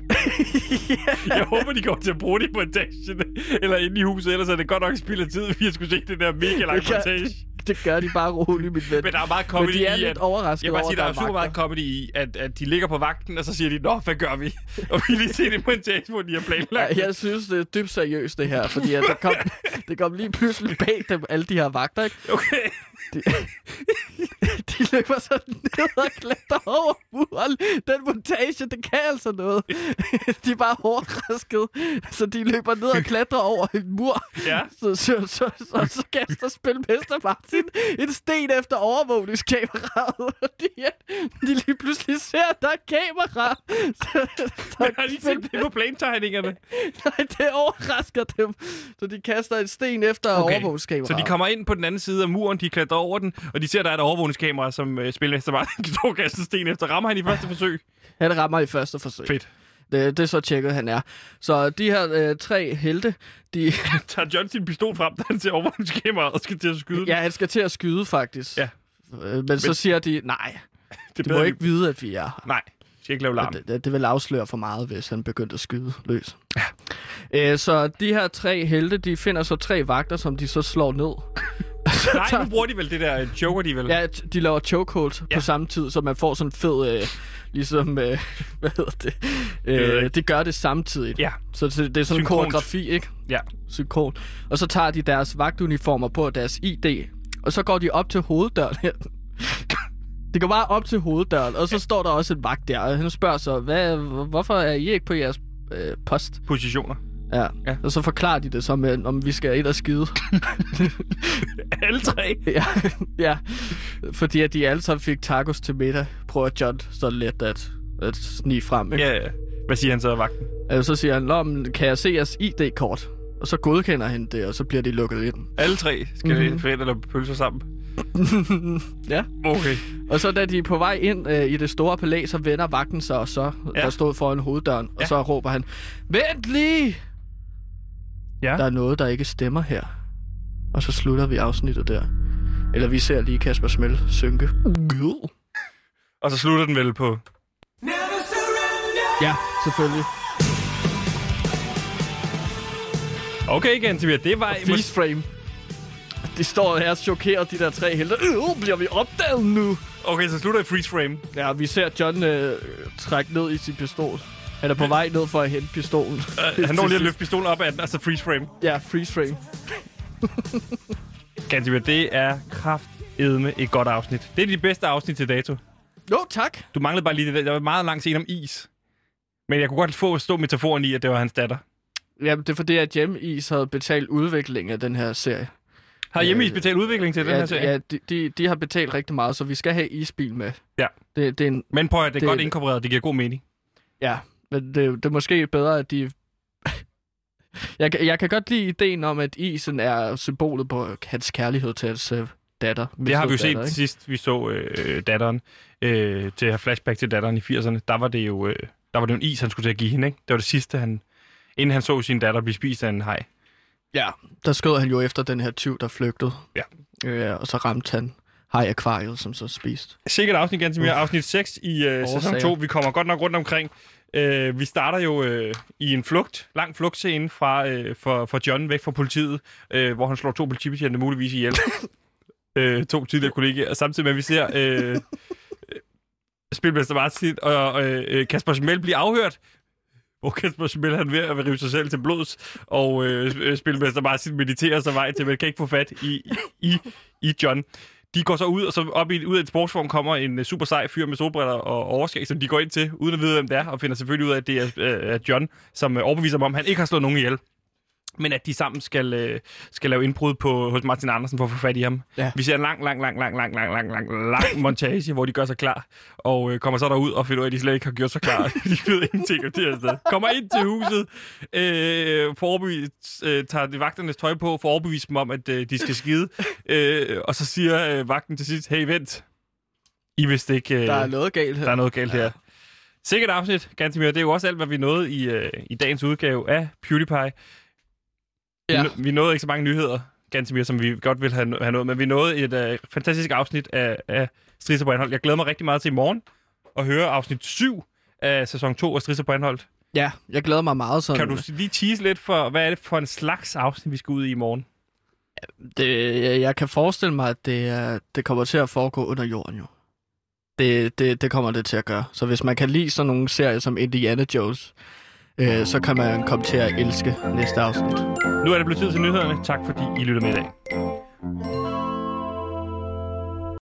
A: Jeg håber, de kommer til at bruge det i montagen, eller inde i huset, ellers er det godt nok spild af tid, vi har skulle se den der mega lang
B: Det kan-
A: montage.
B: Det gør de bare roligt, min ven.
A: Men der er meget
B: Men
A: comedy
B: de er
A: i,
B: lidt
A: at...
B: overrasket
A: Jeg vil bare
B: over,
A: sige, der er super
B: vagter.
A: meget comedy i, at, at de ligger på vagten, og så siger de, Nå, hvad gør vi? Og vi har lige set en montage, hvor de har planlagt.
B: Ja, jeg synes, det er dybt seriøst, det her, fordi at det, kom, det kom lige pludselig bag dem, alle de her vagter, ikke?
A: Okay.
B: De, de løber sådan ned og klatrer over muren. Den montage, det kan altså noget. De er bare overrasket, så de løber ned og klatrer over en mur.
A: Ja.
B: Så, så, så, så, så kaster spilmester Martin en sten efter overvågningskameraet, fordi de lige pludselig ser, at der er kamera. Så, så,
A: Har de set det på plantegningerne?
B: Nej, det overrasker dem. Så de kaster en sten efter okay. overvågningskameraet.
A: Så de kommer ind på den anden side af muren, de klatrer over den, og de ser, at der er et overvågningskamera, som øh, spilmester Martin kan dog kaste en sten efter. Rammer han i første forsøg?
B: Han rammer i første forsøg.
A: Fedt.
B: Det, det er så tjekket, han er. Så de her øh, tre helte, de,
A: Tager John sin pistol frem, da han ser overvågningskameraet og skal til at skyde
B: ja, han skal til at skyde faktisk.
A: Ja.
B: Øh, men, men så siger de, nej,
A: det
B: du må ikke vide, at vi er her.
A: Nej, skal ikke lave larm.
B: Det, det, det vil afsløre for meget, hvis han begyndte at skyde løs. Ja. Øh, så de her tre helte, de finder så tre vagter, som de så slår ned.
A: Nej, nu bruger de vel det der, øh, joker de vel?
B: Ja, t- de laver chokeholds ja. på samme tid, så man får sådan en fed, øh, ligesom, øh, hvad hedder det?
A: ved jeg
B: Øh,
A: ikke.
B: det gør det samtidig.
A: Ja.
B: Så det, det er sådan en
A: Synkront.
B: koreografi, ikke?
A: Ja.
B: Synkron. Og så tager de deres vagtuniformer på og deres ID, og så går de op til hoveddøren her. De går bare op til hoveddøren, og så står der også en vagt der, og han spørger så, Hvad, hvorfor er I ikke på jeres øh, post?
A: Positioner.
B: Ja.
A: Ja.
B: ja. Og så forklarer de det så med, om vi skal ind og skide.
A: Alle tre.
B: ja. ja. Fordi at de alle sammen fik tacos til middag, prøver John så let at, at snige frem. Ikke?
A: Ja, ja. Hvad siger han så af vagten?
B: Øh, så siger han, Nå, men kan jeg se jeres ID-kort? Og så godkender han det, og så bliver de lukket ind.
A: Alle tre skal
B: Mhm.
A: mm-hmm. forældre der pølser sammen.
B: ja.
A: Okay.
B: Og så da de er på vej ind øh, i det store palæ, så vender vagten sig, og så, ja.
A: Ja.
B: der stod foran hoveddøren, ja. og
A: Ja.
B: så råber han, Vent lige!
D: Ja.
B: Der er noget, der ikke stemmer her. Og så slutter vi afsnittet der. Eller vi ser lige Kasper Smell synke.
A: Og så slutter den vel på...
B: Ja, selvfølgelig.
A: Okay igen, Tibia, det var...
B: Freeze frame. De står her chokeret, de der tre helte. Øh, bliver vi opdaget nu?
A: Okay, så slutter i freeze frame.
B: Ja, vi ser John øh, trække ned i sin pistol. Han er på vej ned for at hente pistolen.
A: Øh, Han når lige at løfte pistolen op af den, og så freeze frame.
B: Ja, freeze frame.
A: Gantimir, det er kraftedme et godt afsnit. Det er de bedste afsnit til dato.
B: Jo, tak.
A: Du manglede bare lige det der. Der var meget lang scene om is. Men jeg kunne godt få stå metaforen i, at det var hans datter.
B: Jamen, det er fordi, at Hjemmeis havde betalt udviklingen af den her serie.
A: Har hjemmeis betalt udvikling til den
B: ja,
A: her serie?
B: Ja, de, de, de har betalt rigtig meget, så vi skal have isbil med.
A: Ja.
B: Det, det er en,
A: Men prøv at høre, det er
B: Det-
A: det, godt inkorporeret. Det giver god mening.
B: ja, men det, det er måske bedre, at de... jeg, kan- jeg kan godt lide ideen om, at isen er symbolet på hans kærlighed til hans øh, datter.
A: Det har vi jo set
B: datter, ikke?
A: sidst, vi så øh, datteren. Øh, til at have flashback til datteren i 80'erne. Der var det jo øh, der var det jo en is, han skulle til at give hende. Ikke? Det var det sidste, han, inden han så sin datter blive spist af en hej.
B: Ja, der skød han jo efter den her tyv, der flygtede.
A: Ja.
B: Øh, og så ramte han hej akvariet, som så spiste.
A: Sikkert afsnit ganske mere. Afsnit 6 i øh, sæson
B: Årsager.
A: 2. Vi kommer godt nok rundt omkring. Øh, vi starter jo øh, i en flugt, lang flugtscene fra, øh, for, for John væk fra politiet, øh, hvor han slår to politibetjente muligvis ihjel. øh, to tidligere kollegaer. Samtidig med, at vi ser øh, øh, Spilmester Martin og øh, øh, Kasper Schmel blive afhørt. Hvor Kasper Schmel han er ved at rive sig selv til blods, og øh, øh, Spilmester Martin mediterer sig vej til, men kan ikke få fat i, i, i John. De går så ud, og så op i, ud af et sportsform kommer en øh, super sej fyr med solbriller og overskæg, som de går ind til, uden at vide, hvem det er, og finder selvfølgelig ud af, at det er øh, er John, som øh, overbeviser dem om, at han ikke har slået nogen ihjel. Men at de sammen skal, øh, skal lave indbrud på, hos Martin Andersen for at få fat i ham.
B: Ja.
A: Vi ser en lang, lang, lang, lang, lang, lang, lang, lang, lang montage, hvor de gør sig klar, og øh, kommer så derud og finder ud af, at de slet ikke har gjort sig klar. de ved ingenting om det her sted. Kommer ind til huset, øh, får overbevist, øh, tager de vagternes tøj på, får overbevist dem om, at øh, de skal skide, øh, og så siger øh, vagten til sidst, hey, vent, I vidste ikke, øh,
B: Der er noget galt her.
A: der er noget galt ja. her. Sikkert afsnit, Gantemir. Det er jo også alt, hvad vi nåede i, øh, i dagens udgave af PewDiePie.
B: Ja.
A: Vi, nå- vi nåede ikke så mange nyheder, Gantemir, som vi godt ville have, nå- have nået, men vi nåede et øh, fantastisk afsnit af, af Strisser på Anhold. Jeg glæder mig rigtig meget til i morgen at høre afsnit 7 af sæson 2 af Strisser på Anhold.
B: Ja, jeg glæder mig meget sådan.
A: Kan du lige tease lidt for, hvad er det for en slags afsnit, vi skal ud i i morgen?
B: Det, jeg, jeg kan forestille mig, at det, er- det kommer til at foregå under jorden jo. Det, det, det kommer det til at gøre. Så hvis man kan lide sådan nogle serier som Indiana Jones, øh, så kan man komme til at elske næste afsnit.
A: Nu er det blevet tid til nyhederne. Tak fordi I lytter med i dag.